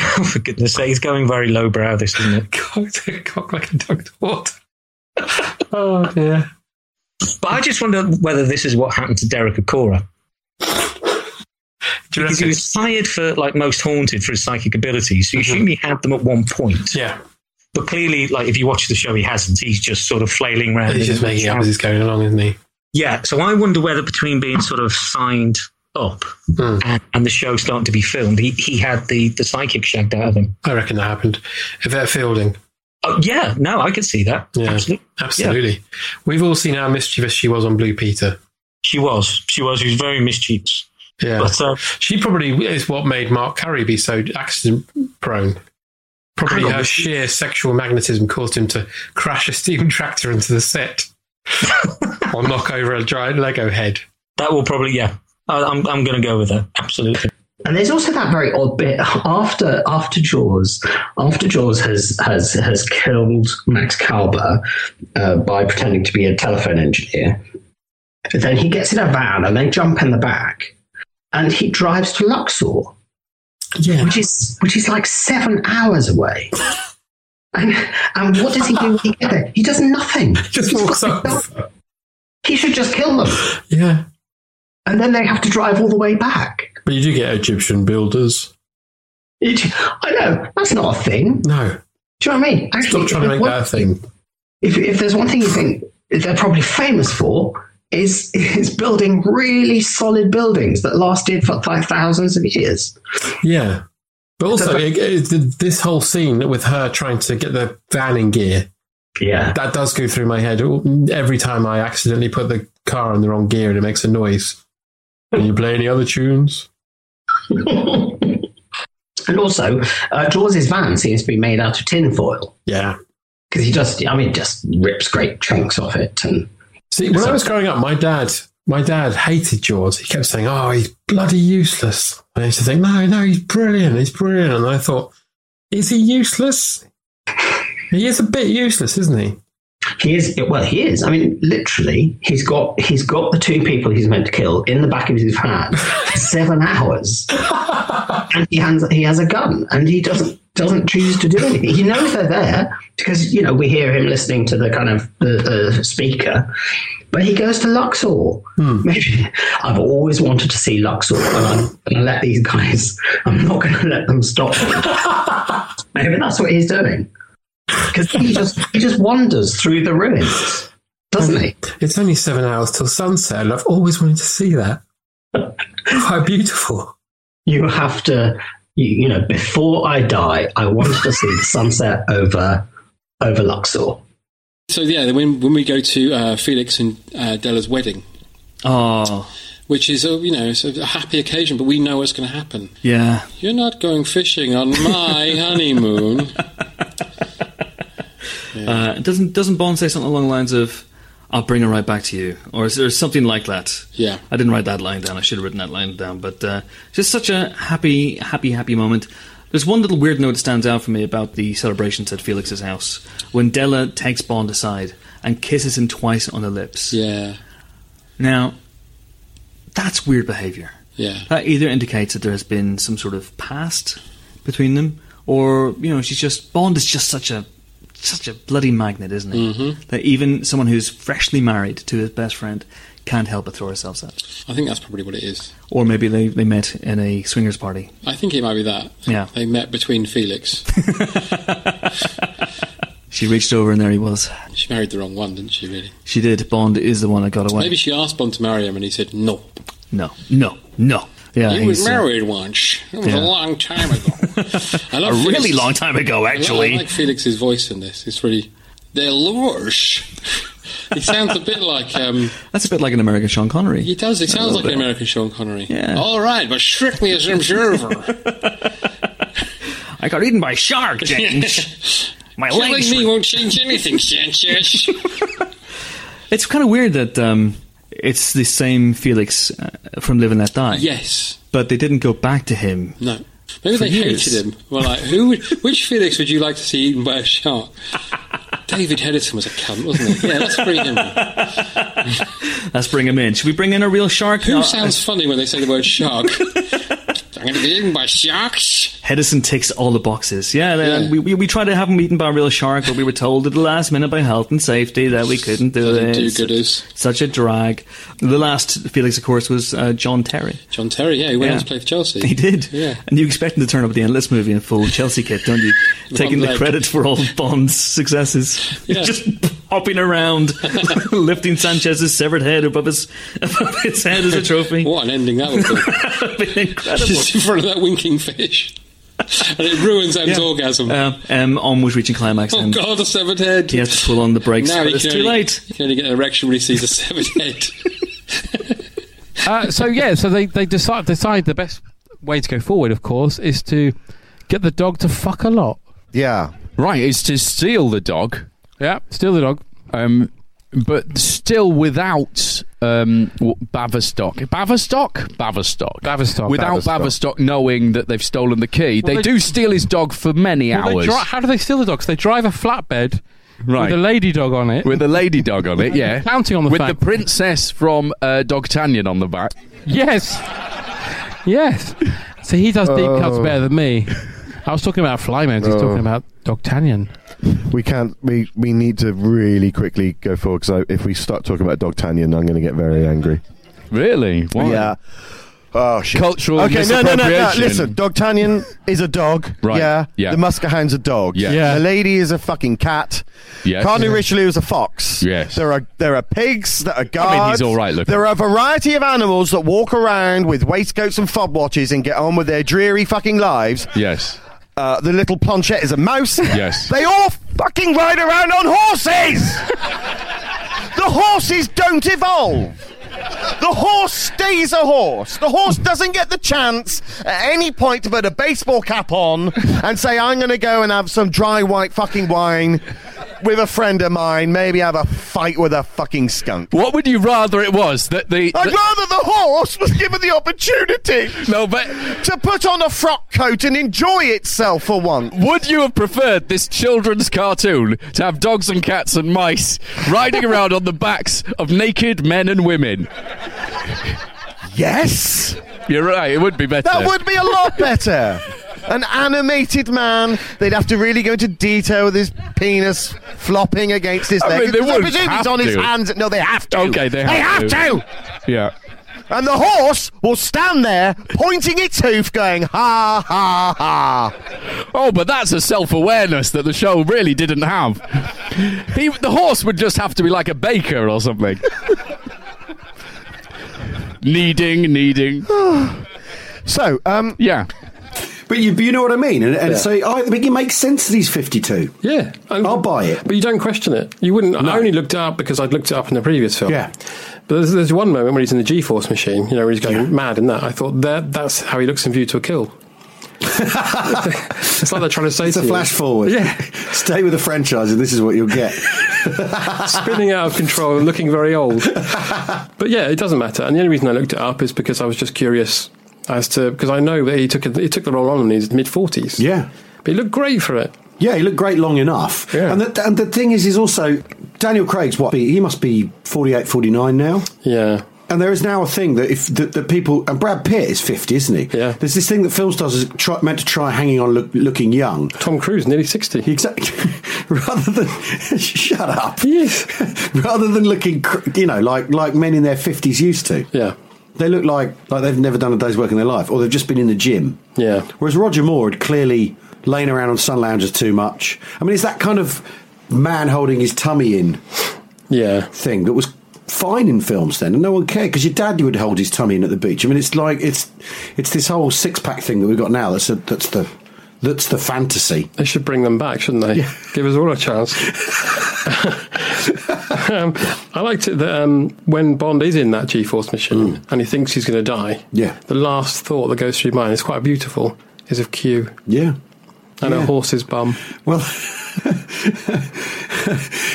Speaker 22: for goodness' sake, he's going very lowbrow. This isn't it?
Speaker 3: cock like a duck to water. oh dear.
Speaker 22: But I just wonder whether this is what happened to Derek Acora. Because he was fired for like most haunted for his psychic abilities, so he surely had them at one point.
Speaker 3: Mm-hmm. Yeah.
Speaker 22: But clearly, like if you watch the show, he hasn't. He's just sort of flailing around.
Speaker 3: he's
Speaker 22: in
Speaker 3: just
Speaker 22: the
Speaker 3: making up
Speaker 22: shower.
Speaker 3: as he's going along, isn't he?
Speaker 22: Yeah, so I wonder whether between being sort of signed up
Speaker 3: Hmm.
Speaker 22: and, and the show starting to be filmed, he, he had the, the psychic shagged out of him.
Speaker 3: I reckon that happened. Yvette Fielding.
Speaker 22: Oh, yeah, no, I could see that.
Speaker 3: Yeah, absolutely. We've all seen how mischievous she was on Blue Peter.
Speaker 22: She was. She was. She was very mischievous.
Speaker 3: Yeah.
Speaker 22: But, uh,
Speaker 3: she probably is what made Mark Curry be so accident prone. Probably
Speaker 22: Hang on.
Speaker 3: her sheer sexual magnetism caused him to crash a steam tractor into the set or knock over a giant Lego head.
Speaker 22: That will probably, yeah. I, I'm, I'm going to go with that. Absolutely.
Speaker 23: And there's also that very odd bit after after Jaws, after Jaws has has has killed Max Calber uh, by pretending to be a telephone engineer. Then he gets in a van and they jump in the back, and he drives to Luxor, yeah. which is which is like seven hours away. And, and what does he do when he gets there? He does nothing. Just walks up. He should just kill them.
Speaker 3: Yeah.
Speaker 23: And then they have to drive all the way back.
Speaker 3: But you do get Egyptian builders.
Speaker 23: It, I know that's not a thing.
Speaker 3: No.
Speaker 23: Do you know what I mean?
Speaker 3: Stop trying to make that a thing.
Speaker 23: If, if there's one thing you think they're probably famous for is is building really solid buildings that lasted for like thousands of years.
Speaker 3: Yeah. But also, it, it- this whole scene with her trying to get the van in gear.
Speaker 23: Yeah.
Speaker 3: That does go through my head every time I accidentally put the car in the wrong gear and it makes a noise. Can you play any other tunes?
Speaker 23: And also, uh, Jaws's van seems to be made out of tin foil.
Speaker 3: Yeah,
Speaker 23: because he just, I mean, just rips great chunks off it. And
Speaker 3: See, when I was growing up, my dad, my dad hated Jaws. He kept saying, "Oh, he's bloody useless." And I used to think, "No, no, he's brilliant. He's brilliant." And I thought, "Is he useless? He is a bit useless, isn't he?"
Speaker 23: He is well. He is. I mean, literally, he's got he's got the two people he's meant to kill in the back of his van for seven hours, and he has he has a gun, and he doesn't doesn't choose to do anything. He knows they're there because you know we hear him listening to the kind of the, the speaker, but he goes to Luxor.
Speaker 3: Hmm.
Speaker 23: Maybe I've always wanted to see Luxor, and I'm going to let these guys. I'm not going to let them stop. me. Maybe that's what he's doing because he just he just wanders through the ruins, doesn't he?
Speaker 3: It's only seven hours till sunset, and I've always wanted to see that. How beautiful!
Speaker 23: You have to, you, you know, before I die, I want to see the sunset over over Luxor.
Speaker 24: So yeah, when when we go to uh, Felix and uh, Della's wedding,
Speaker 25: Oh,
Speaker 24: which is a, you know it's a happy occasion, but we know what's going to happen.
Speaker 25: yeah.
Speaker 24: You're not going fishing on my honeymoon.
Speaker 25: Uh, doesn't doesn't Bond say something along the lines of, "I'll bring her right back to you," or is there something like that?
Speaker 24: Yeah.
Speaker 25: I didn't write that line down. I should have written that line down. But uh, just such a happy, happy, happy moment. There's one little weird note that stands out for me about the celebrations at Felix's house when Della takes Bond aside and kisses him twice on the lips.
Speaker 24: Yeah.
Speaker 25: Now, that's weird behaviour.
Speaker 24: Yeah.
Speaker 25: That either indicates that there has been some sort of past between them, or you know, she's just Bond is just such a such a bloody magnet, isn't he?
Speaker 24: Mhm.
Speaker 3: Mm-hmm.
Speaker 25: That even someone who's freshly married to his best friend can't help but throw ourselves at.
Speaker 3: I think that's probably what it is.
Speaker 25: Or maybe they, they met in a swingers party.
Speaker 3: I think it might be that.
Speaker 25: Yeah.
Speaker 3: They met between Felix.
Speaker 25: She reached over and there he was.
Speaker 3: She married the wrong one, didn't she, really?
Speaker 25: She did. Bond is the one that got away.
Speaker 3: Maybe she asked Bond to marry him and he said no.
Speaker 25: No, no, no. Yeah,
Speaker 3: he was
Speaker 25: he's, uh,
Speaker 3: married once. It was
Speaker 25: yeah.
Speaker 3: a long time ago. I love
Speaker 25: A
Speaker 3: Felix-
Speaker 25: really long time ago,
Speaker 3: I lo-
Speaker 25: actually.
Speaker 3: I like Felix's voice in this. It's really. They're lures. he sounds a bit like. Um,
Speaker 25: That's a bit like an American Sean Connery.
Speaker 3: he does. He
Speaker 25: A
Speaker 3: sounds
Speaker 25: little
Speaker 3: like
Speaker 25: bit.
Speaker 3: an American Sean Connery.
Speaker 25: Yeah.
Speaker 3: All right, but strictly as an observer.
Speaker 25: I got eaten by a shark, James. My
Speaker 3: Killing
Speaker 25: legs.
Speaker 3: me won't change anything, Sanchez.
Speaker 25: It's kind of weird that um, it's the same Felix uh, from Live and Let Die.
Speaker 3: Yes.
Speaker 25: But they didn't go back to him.
Speaker 3: No. Maybe
Speaker 25: For
Speaker 3: they
Speaker 25: years.
Speaker 3: hated him. Well, like, who would, which Felix would you like to see eaten by a shark? David Hedison was a cunt, wasn't he? Yeah, let's bring him.
Speaker 25: Let's bring him in. Should we bring in a real shark?
Speaker 3: Who
Speaker 25: No,
Speaker 3: sounds funny when they say the word shark? I'm going to be eaten by sharks.
Speaker 25: Hedison ticks all the boxes. Yeah, then
Speaker 3: Yeah.
Speaker 25: We, we, we tried to have him eaten by a real shark, but we were told at the last minute by health and safety that we couldn't do it.
Speaker 3: do
Speaker 25: Such-
Speaker 3: gooders.
Speaker 25: Such a drag. The last Felix, of course, was uh, John Terry.
Speaker 3: John Terry, yeah, he went
Speaker 25: Yeah.
Speaker 3: on to play for Chelsea.
Speaker 25: He did.
Speaker 3: Yeah.
Speaker 25: And you expect him to turn up at the end of this movie in a full Chelsea kit, don't you? Taking
Speaker 3: One
Speaker 25: the
Speaker 3: leg.
Speaker 25: credit for all of Bond's successes.
Speaker 3: Yeah.
Speaker 25: Just hopping around, lifting Sanchez's severed head above his, above his head as a trophy.
Speaker 3: What an ending that would
Speaker 25: be. incredible.
Speaker 3: Just in front of that winking fish. And it ruins M's
Speaker 25: Yeah.
Speaker 3: orgasm.
Speaker 25: Uh, M on was reaching climax.
Speaker 3: oh,
Speaker 25: and
Speaker 3: God, a severed head.
Speaker 25: He has to pull on the brakes,
Speaker 3: Now
Speaker 25: but
Speaker 3: he
Speaker 25: it's
Speaker 3: can
Speaker 25: too
Speaker 3: only-
Speaker 25: late.
Speaker 3: He can only get an erection when he sees a severed head.
Speaker 26: uh, so yeah, so they they decide decide the best way to go forward, of course, is to get the dog to fuck a lot.
Speaker 7: Yeah. Right, it's to steal the dog.
Speaker 26: Yeah, steal the dog.
Speaker 7: Um, but still without um, w- Bavistock. Bavistock? Bavistock. Bavistock. Without
Speaker 26: Bavistock.
Speaker 7: Bavistock knowing that they've stolen the key.
Speaker 26: Well,
Speaker 7: they,
Speaker 26: they-
Speaker 7: do steal his dog for many
Speaker 26: Well, they
Speaker 7: hours.
Speaker 26: dri- how do they steal the dogs? They drive a flatbed
Speaker 7: Right.
Speaker 26: with a lady dog on it.
Speaker 7: With a lady dog on it, yeah.
Speaker 26: Counting on the
Speaker 7: With
Speaker 26: fact-
Speaker 7: the princess from uh, Dogtanyan on the back.
Speaker 26: Yes. Yes. So he does deep cuts
Speaker 8: Oh.
Speaker 26: better than me. I was talking about Fly Mounds. He's
Speaker 8: Oh.
Speaker 26: talking about Dogtanyan.
Speaker 8: We can't. We we need to really quickly go forward because if we start talking about Dog Tanyan, I'm going to get very angry.
Speaker 7: Really? Why?
Speaker 8: Yeah. Oh shit.
Speaker 7: Cultural
Speaker 8: Okay, no, no, no, no.
Speaker 7: misappropriation.
Speaker 8: Listen, Dog Tanyan is a dog.
Speaker 7: Right,
Speaker 8: Yeah.
Speaker 7: yeah.
Speaker 8: The Muskerhound's a dog.
Speaker 7: Yeah. Yeah.
Speaker 8: The lady is a fucking cat.
Speaker 7: Yes.
Speaker 8: Carney
Speaker 7: Yeah.
Speaker 8: Richelieu is a fox.
Speaker 7: Yes.
Speaker 8: There are there are pigs that are
Speaker 7: I
Speaker 8: guards.
Speaker 7: mean, he's all right looking.
Speaker 8: There are a variety of animals that walk around with waistcoats and fob watches and get on with their dreary fucking lives.
Speaker 7: Yes.
Speaker 8: Uh, the little planchette is a mouse.
Speaker 7: Yes.
Speaker 8: They all fucking ride around on horses. the horses don't evolve. The horse stays a horse. The horse doesn't get the chance at any point to put a baseball cap on and say, I'm going to go and have some dry white fucking wine with a friend of mine, maybe have a fight with a fucking skunk.
Speaker 7: What would you rather it was? That the.
Speaker 8: I'd
Speaker 7: the-
Speaker 8: rather the horse was given the opportunity
Speaker 7: no, but
Speaker 8: to put on a frock coat and enjoy itself for once.
Speaker 7: Would you have preferred this children's cartoon to have dogs and cats and mice riding around on the backs of naked men and women?
Speaker 8: Yes.
Speaker 7: You're right, it would be better.
Speaker 8: That would be a lot better. An animated man, they'd have to really go into detail with his penis flopping against his
Speaker 7: I
Speaker 8: leg.
Speaker 7: mean, they
Speaker 8: Because
Speaker 7: wouldn't
Speaker 8: presume
Speaker 7: have
Speaker 8: it's on his
Speaker 7: to.
Speaker 8: hands. No, they have to.
Speaker 7: Okay, they have
Speaker 8: They
Speaker 7: to.
Speaker 8: have to.
Speaker 7: Yeah.
Speaker 8: And the horse will stand there pointing its hoof, going, ha, ha, ha.
Speaker 7: Oh, but that's a self awareness that the show really didn't have. He, the horse would just have to be like a baker or something. kneading, kneading.
Speaker 8: so, um.
Speaker 7: Yeah.
Speaker 5: But you, but you know what I mean, and, and
Speaker 7: Yeah.
Speaker 5: so I think it makes sense that he's fifty-two.
Speaker 6: Yeah, I, will
Speaker 5: buy it.
Speaker 6: But you don't question it. You wouldn't. I only looked it up because I'd looked it up in the previous film.
Speaker 5: Yeah.
Speaker 6: But there's, there's one moment when he's in the G-force machine. You know, where he's going mad in that. I thought that that's how he looks in View to a Kill. it's like they're trying to say
Speaker 5: It's
Speaker 6: to
Speaker 5: a flash
Speaker 6: you,
Speaker 5: forward. Yeah, stay with the franchise, and this is what you'll get.
Speaker 6: spinning out of control and looking very old. But yeah, it doesn't matter. And the only reason I looked it up is because I was just curious as to because I know that he took he took the role on in his mid forties.
Speaker 5: Yeah,
Speaker 6: but he looked great for it.
Speaker 5: Yeah, he looked great long enough. And, the, and the thing is, is also Daniel Craig's what? He must be 48, 49 now.
Speaker 6: Yeah.
Speaker 5: And there is now a thing that if that, that people and Brad Pitt is fifty, isn't he? Yeah. There's this thing that film stars is try, meant to try hanging on look, looking young.
Speaker 6: Tom Cruise nearly sixty.
Speaker 5: Exactly. rather than shut up. rather than looking, cr- you know, like like men in their fifties used to.
Speaker 2: Yeah.
Speaker 5: They look like like they've never done a day's work in their life, or they've just been in the gym.
Speaker 2: Yeah.
Speaker 5: Whereas Roger Moore had clearly lain around on sun loungers too much. I mean, it's that kind of man holding his tummy in,
Speaker 2: yeah,
Speaker 5: thing that was fine in films then, and no one cared because your dad would hold his tummy in at the beach. I mean, it's like it's it's this whole six pack thing that we've got now. That's a, that's the that's the fantasy.
Speaker 2: They should bring them back, shouldn't they? Give us all a chance. um, I liked it that um, when Bond is in that G Force mission
Speaker 5: Mm.
Speaker 2: and he thinks he's going to die,
Speaker 5: Yeah.
Speaker 2: the last thought that goes through mine is quite beautiful is of Q.
Speaker 5: Yeah.
Speaker 2: And a
Speaker 5: Yeah.
Speaker 2: horse's bum.
Speaker 5: Well,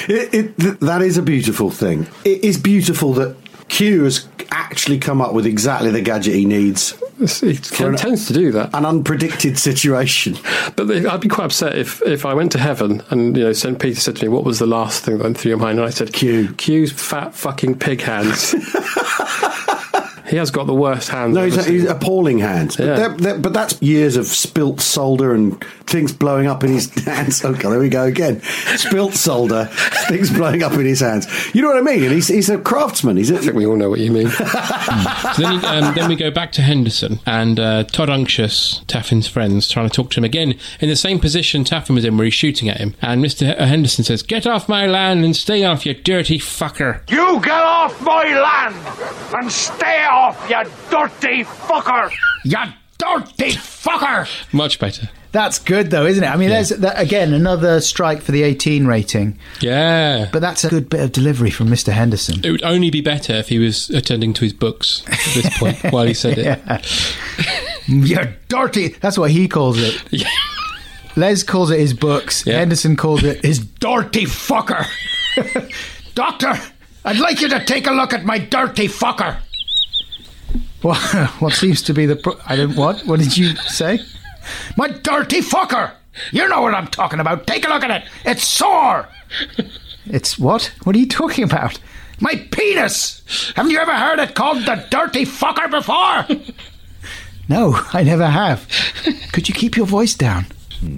Speaker 5: it, it, th- that is a beautiful thing. It is beautiful that Q has actually come up with exactly the gadget he needs.
Speaker 2: He tends to do that.
Speaker 5: An unpredicted situation.
Speaker 2: But they- I'd be quite upset if, if I went to heaven and you know Saint Peter said to me, "What was the last thing that went through your mind?" And I said, "Q, Q's fat fucking pig hands." he has got the worst hands.
Speaker 5: No,
Speaker 2: I've
Speaker 5: he's,
Speaker 2: ever seen.
Speaker 5: he's appalling hands. But,
Speaker 2: Yeah.
Speaker 5: they're- they're- but that's years of spilt solder and things blowing up in his hands. Okay, there we go again. Spilt solder, things blowing up in his hands. You know what I mean? And he's, he's a craftsman. He's a, I think
Speaker 2: we all know what you mean.
Speaker 3: So then, he- um, then we go back to Henderson and uh, Todd Unctious, Taffin's friends, trying to talk to him again in the same position Taffin was in, where he's shooting at him. And Mr. H- Henderson says, "Get off my land and stay off, you dirty fucker."
Speaker 17: You get off my land and stay off, you dirty fucker! You dirty fucker!
Speaker 3: Much better.
Speaker 6: That's good though, isn't it? I mean, there's that, again another strike for the 18 rating.
Speaker 3: Yeah.
Speaker 6: But that's a good bit of delivery from Mr. Henderson.
Speaker 3: It would only be better if he was attending to his books at this point while he said it.
Speaker 6: Yeah. You're dirty. That's what he calls it. Les calls it his books. Henderson calls it his dirty fucker.
Speaker 17: Doctor, I'd like you to take a look at my dirty fucker!
Speaker 6: What, what seems to be the. Pro- I don't. What? What did you say?
Speaker 17: My dirty fucker! You know what I'm talking about. Take a look at it. It's sore.
Speaker 6: It's what? What are you talking about?
Speaker 17: My penis. Haven't you ever heard it called the dirty fucker before?
Speaker 6: No, I never have. Could you keep your voice down?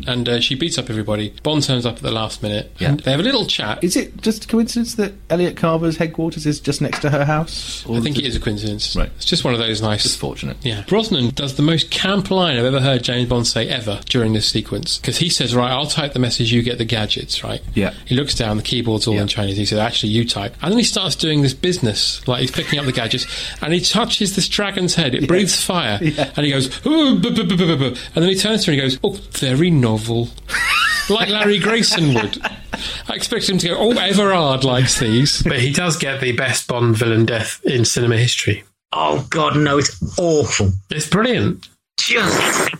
Speaker 3: And uh, she beats up everybody. Bond turns up at the last minute.
Speaker 10: Yeah.
Speaker 3: And they have a little chat.
Speaker 10: Is it just a coincidence that Elliot Carver's headquarters is just next to her house?
Speaker 3: I think it is a coincidence. Right. It's just one of those nice. It's fortunate. Yeah. Brosnan does the most camp line I've ever heard James Bond say ever during this sequence. Because he says, right, I'll type the message, you get the gadgets, right?
Speaker 10: Yeah.
Speaker 3: He looks down, the keyboard's all in Chinese. He said, actually, you type. And then he starts doing this business, like he's picking up the gadgets, and he touches this dragon's head. It breathes fire. And he goes, "Ooh, buh, buh, buh, buh, buh, buh." and then he turns to her and he goes, oh, very novel. like Larry Grayson would. I expected him to go, oh, Everard likes these.
Speaker 2: But he does get the best Bond villain death in cinema history.
Speaker 22: Oh God, no! It's awful.
Speaker 2: It's brilliant.
Speaker 22: Just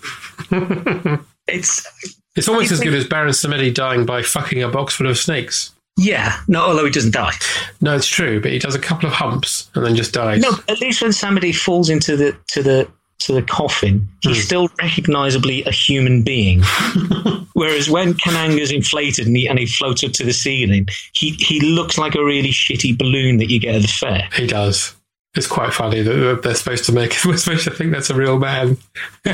Speaker 2: it's it's almost as good as Baron Samedi dying by fucking a box full of snakes.
Speaker 22: Yeah, no, although he doesn't die.
Speaker 2: No, it's true, but he does a couple of humps and then just dies.
Speaker 22: No, at least when somebody falls into the to the to the coffin,
Speaker 3: Hmm.
Speaker 22: he's still recognisably a human being. Whereas when Kananga's inflated and he, and he floats up to the ceiling, he, he looks like a really shitty balloon that you get at the fair.
Speaker 2: He does. It's quite funny that they're supposed to make. We're supposed to think that's a real man.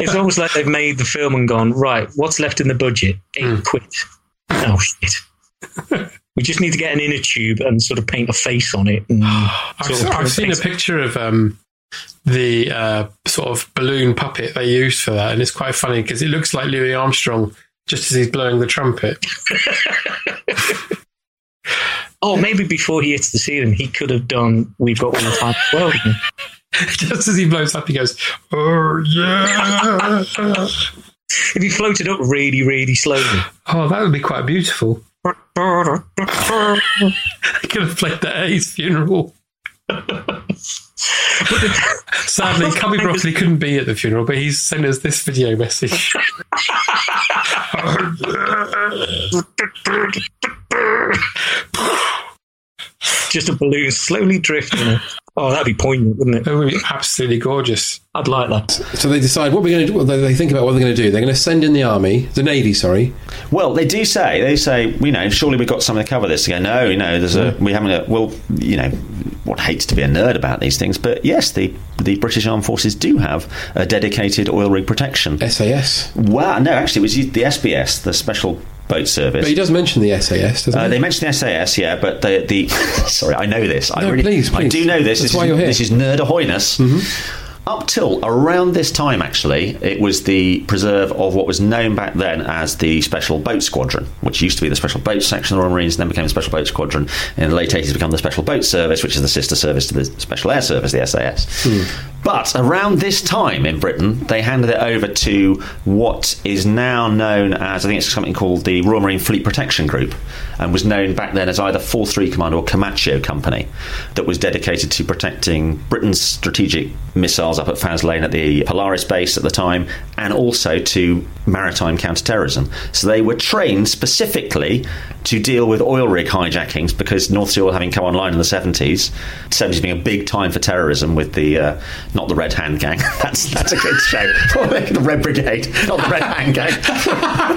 Speaker 22: It's almost like they've made the film and gone, right, what's left in the budget? Eight
Speaker 2: Hmm.
Speaker 22: quid. Oh, shit. we just need to get an inner tube and sort of paint a face on it. and
Speaker 2: I've,
Speaker 22: sort of
Speaker 2: se-
Speaker 22: put
Speaker 2: I've seen a
Speaker 22: face-
Speaker 2: picture of um, the uh, sort of balloon puppet they used for that, and it's quite funny because it looks like Louis Armstrong just as he's blowing the trumpet.
Speaker 22: Oh, maybe before he hits the ceiling, he could have done We've Got All the Time in the World.
Speaker 2: just as he blows up, he goes, oh, yeah.
Speaker 22: if he floated up really, really slowly.
Speaker 2: Oh, that would be quite beautiful. I could have played that at his funeral. Sadly, Cubby Broccoli couldn't be at the funeral, but he's sent us this video message.
Speaker 22: Just a balloon slowly drifting. Oh, that'd be poignant, wouldn't it?
Speaker 2: That would be absolutely gorgeous.
Speaker 22: I'd like that.
Speaker 3: So they decide what we're going to do. Well, they they think about what they're going to do. They're going to send in the army, the navy, sorry.
Speaker 19: Well, they do
Speaker 3: Mm.
Speaker 19: say they say you know surely we've got something to cover this. They go no, you know there's a we haven't a, well you know one hates to be a nerd about these things, but yes, the the British Armed Forces do have a dedicated oil rig protection.
Speaker 3: SAS.
Speaker 19: Wow, no, actually, it was the SBS, the Special Boat Service.
Speaker 3: But he does mention the SAS, doesn't
Speaker 19: Uh,
Speaker 3: he?
Speaker 19: they mentioned the SAS, yeah, but the, the sorry, I know this. I
Speaker 3: No,
Speaker 19: really,
Speaker 3: please,
Speaker 19: I
Speaker 3: please.
Speaker 19: do know this.
Speaker 3: That's
Speaker 19: this
Speaker 3: why
Speaker 19: is,
Speaker 3: you're here. Mm-hmm.
Speaker 19: This is nerd ahoyness. Up till around this time, actually, it was the preserve of what was known back then as the Special Boat Squadron, which used to be the Special Boat Section of the Royal Marines, then became the Special Boat Squadron, and in the late 80s become the Special Boat Service, which is the sister service to the Special Air Service, the SAS.
Speaker 17: Hmm.
Speaker 19: But around this time in Britain, they handed it over to what is now known as, I think it's something called the Royal Marine Fleet Protection Group, and was known back then as either 4-3 Command or Camacho Company, that was dedicated to protecting Britain's strategic missiles up at Faz Lane at the Polaris base at the time, and also to maritime counterterrorism. So they were trained specifically to deal with oil rig hijackings because North Sea oil having come online in the 70s, 70s being a big time for terrorism with the, uh, not the Red Hand Gang, that's, that's a good show, the Red Brigade, not the Red Hand Gang.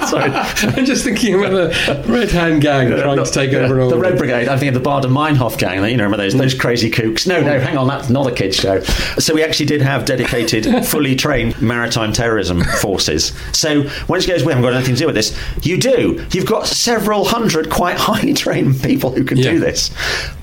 Speaker 19: Sorry.
Speaker 3: I'm just thinking about the Red Hand Gang trying to take over all. Mm.
Speaker 19: The Red Brigade. I'm thinking of the Bader Meinhof gang. You know, remember those those crazy kooks? No, no, hang on, that's not a kids show. So we actually did have dedicated, fully trained maritime terrorism forces. So once you goes, we haven't got anything to do with this. You do. You've got several hundred quite highly trained people who can do this.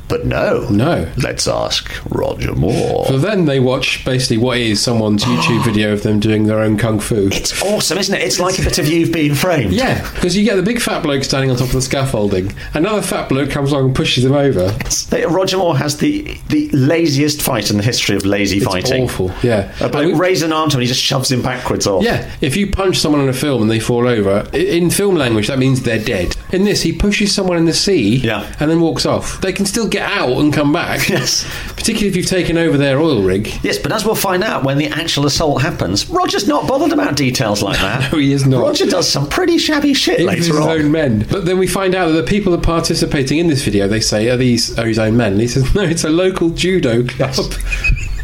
Speaker 19: But no,
Speaker 3: no.
Speaker 19: Let's ask Roger Moore.
Speaker 3: So then they watch basically what is someone's YouTube video of them doing their own kung fu.
Speaker 19: It's awesome, isn't it? It's like a bit of you've been framed.
Speaker 3: Yeah, because you get the big fat bloke standing on top of the scaffolding. Another fat bloke comes along and pushes him over.
Speaker 19: They- Roger Moore has the the laziest fight in the history of lazy fighting.
Speaker 3: awful, yeah.
Speaker 19: A bloke raises an arm to him, and he just shoves him backwards off.
Speaker 3: Yeah, if you punch someone in a film and they fall over, i- in film language that means they're dead. In this, he pushes someone in the sea and then walks off. They can still get out and come back.
Speaker 19: Yes.
Speaker 3: Particularly if you've taken over their oil rig.
Speaker 19: Yes, but as we'll find out when the actual assault happens, Roger's not bothered about details like that.
Speaker 3: No, he is not.
Speaker 19: Roger does some pretty shabby shit
Speaker 3: Even
Speaker 19: later
Speaker 3: his
Speaker 19: on.
Speaker 3: own men. But then we find out that the people that are participating in this video, they say, are these are his own men? And he says, no, it's a local judo club.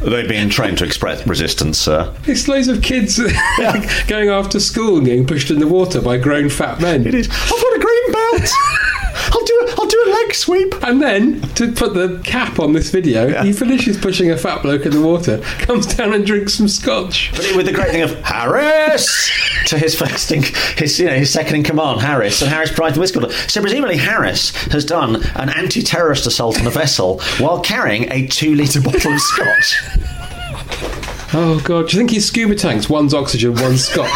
Speaker 19: They've been trained to express resistance, sir.
Speaker 3: It's loads of kids going after school and getting pushed in the water by grown fat men. It
Speaker 19: is. I've got a green belt. I'll do a, I'll do a leg sweep.
Speaker 3: And then to put the cap on this video, he finishes pushing a fat bloke in the water, comes down and drinks some scotch.
Speaker 19: But with the great thing of Harris to his first, in, his you know his second in command, Harris, and Harris prides the whistle. So presumably Harris has done an anti-terrorist assault on a vessel while carrying a two-liter bottle of scotch.
Speaker 3: Oh god, do you think his scuba tanks? One's oxygen, one's scotch.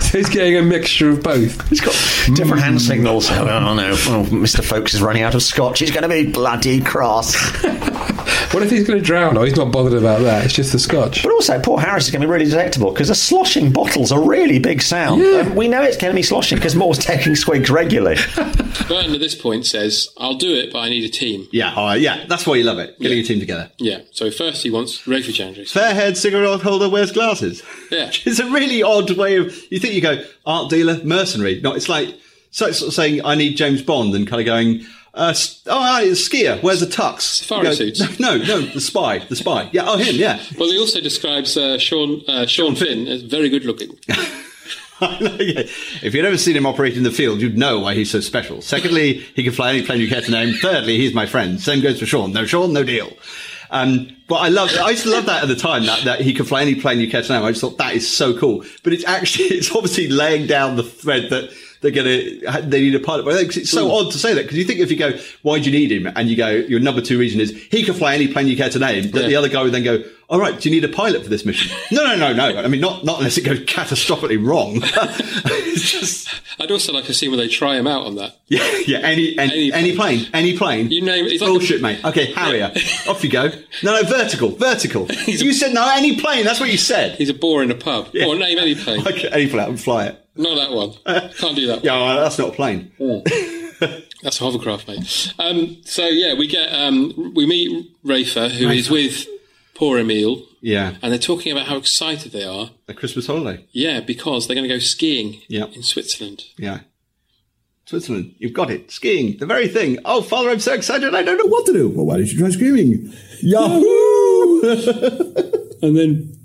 Speaker 3: so he's getting a mixture of both. Mm.
Speaker 19: He's got different hand signals. Oh, oh, no, oh, Mr. Folks is running out of scotch. He's going to be bloody cross.
Speaker 3: What if he's going to drown? Oh, he's not bothered about that. It's just the scotch.
Speaker 19: But also, poor Harris is going to be really detectable because the sloshing bottle's a really big sound. Um, we know it's going to be sloshing because Moore's taking swigs regularly.
Speaker 27: Burton at this point says, I'll do it, but I need a team.
Speaker 18: Yeah, all right, yeah. That's why you love it. Getting a team together.
Speaker 27: Yeah, so first he wants Rafe Jandrix.
Speaker 18: Fair-haired cigarette holder wears glasses.
Speaker 27: Yeah.
Speaker 18: It's a really odd way of. You think you go art dealer, mercenary. No, it's like so it's sort of saying I need James Bond and kind of going. Uh, s- oh, aye, it's skier. Where's the tux?
Speaker 27: Safari
Speaker 18: You go,
Speaker 27: suits.
Speaker 18: No, no, no, the spy, the spy. Yeah, oh him, yeah.
Speaker 27: Well, he also describes uh, Sean, uh, Sean Finn as very good looking.
Speaker 18: If you'd ever seen him operate in the field, you'd know why he's so special. Secondly, he can fly any plane you care to name. Thirdly, he's my friend. Same goes for Sean. No Sean, no deal. Um, but I love, I used to love that at the time that, that he could fly any plane you care to name. I just thought that is so cool. But it's actually, it's obviously laying down the thread that they're gonna, they need a pilot. But I think it's so odd to say that because you think if you go, why do you need him? And you go, your number two reason is he can fly any plane you care to name. That the other guy would then go, all right, do you need a pilot for this mission? no, no, no, no. I mean, not, not unless it goes catastrophically wrong.
Speaker 27: I'd also like to see where they try him out on that.
Speaker 18: Yeah, yeah. Any any, any plane, any plane. You
Speaker 27: name it. It's
Speaker 18: Bullshit, mate. Okay, Harrier. Off you go. No, no, vertical, vertical. you said no, any plane. That's what you said.
Speaker 27: He's a bore in a pub. Or name any plane.
Speaker 18: Okay, Uh, any plane, and fly it.
Speaker 27: Not that one. Can't do that.
Speaker 18: Yeah, well, that's not a plane.
Speaker 27: Oh. That's a hovercraft, mate. Um, so yeah, we get um, we meet Rafer, who is
Speaker 18: Rafer.
Speaker 27: with poor Emil,
Speaker 18: Yeah,
Speaker 27: and they're talking about how excited they are.
Speaker 18: a Christmas holiday.
Speaker 27: Yeah, because they're going to go skiing
Speaker 18: Yeah.
Speaker 27: in Switzerland.
Speaker 18: Yeah. Switzerland, you've got it. Skiing, the very thing. Oh, father, I'm so excited. I don't know what to do. Well, why don't you try screaming? Yahoo!
Speaker 27: and then.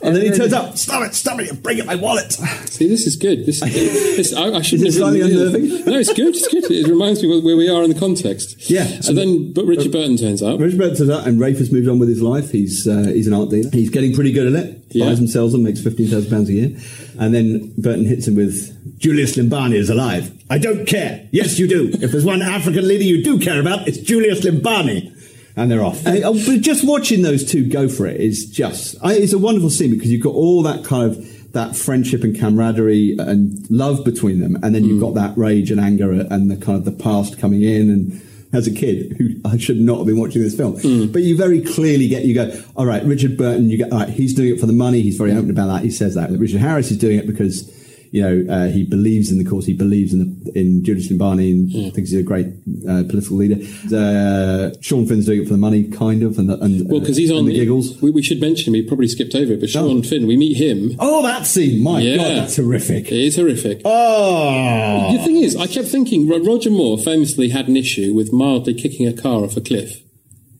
Speaker 18: And then he turns up, stop it, stop it, bring it my wallet.
Speaker 24: See, this is good. This, this I, I should
Speaker 18: Is it slightly
Speaker 24: unnerving. No, it's good. It's good. It reminds me where we are in the context. Yeah. So then, but Richard
Speaker 18: Uh,
Speaker 24: Burton turns up.
Speaker 18: Richard Burton turns up, and Rafe has moved on with his life. He's uh, he's an art dealer. He's getting pretty good at it.
Speaker 24: Yeah.
Speaker 18: Buys and sells them, makes fifteen thousand pounds a year, and then Burton hits him with Julius Limbani is alive. I don't care. Yes, you do. if there's one African leader you do care about, it's Julius Limbani. And they're off. And, oh, but just watching those two go for it is just, I, it's a wonderful scene because you've got all that kind of, that friendship and camaraderie and love between them. And then you've got that rage and anger and the kind of the past coming in. And as a kid, who I should not have been watching this film,
Speaker 24: Hmm.
Speaker 18: but you very clearly get, you go, all right, Richard Burton, you go, all right, he's doing it for the money. He's very open about that. He says that. Richard Harris is doing it because you know, uh, he believes in the cause. He believes in the, in Julius Limbani and
Speaker 24: Hmm.
Speaker 18: thinks he's a great uh, political leader. Uh, Sean Finn's doing it for the money, kind of, and the, and
Speaker 24: Well, because he's
Speaker 18: Uh, and
Speaker 24: on
Speaker 18: the giggles.
Speaker 24: We, we should mention him. We probably skipped over it, but Sean Finn. We meet him.
Speaker 18: Oh, that scene! My
Speaker 24: Yeah.
Speaker 18: God, that's horrific.
Speaker 24: It is horrific.
Speaker 18: Oh,
Speaker 24: The thing is, I kept thinking Ro- Roger Moore famously had an issue with mildly kicking a car off a cliff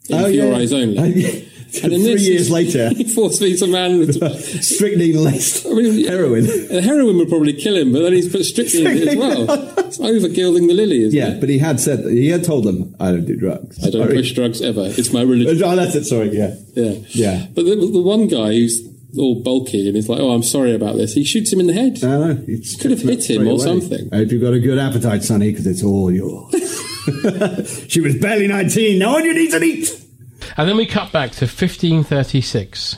Speaker 24: in
Speaker 18: Oh,
Speaker 24: Your
Speaker 18: yeah.
Speaker 24: Eyes Only. And then
Speaker 18: Three
Speaker 24: this-
Speaker 18: years later.
Speaker 24: he force feeds a man with
Speaker 18: strychnine laced heroin.
Speaker 24: heroin would probably kill him, but then he's put strychnine in it as well. It's over gilding the lily, isn't
Speaker 18: yeah, but he had said he had told them, "I don't do drugs.
Speaker 24: I don't
Speaker 18: Sorry.
Speaker 24: push drugs ever. It's my religion.
Speaker 18: Oh, that's it. Sorry, yeah,
Speaker 24: yeah,
Speaker 18: yeah.
Speaker 24: But the, the one guy who's all bulky and he's like, "Oh, I'm sorry about this." He shoots him in the head.
Speaker 18: I know. It's
Speaker 24: Could have hit him
Speaker 18: Straight
Speaker 24: or
Speaker 18: away.
Speaker 24: something.
Speaker 18: I hope you've got a good appetite, Sonny, because it's all yours. she was barely nineteen. Now all you need to eat.
Speaker 3: And then we cut back to 1536.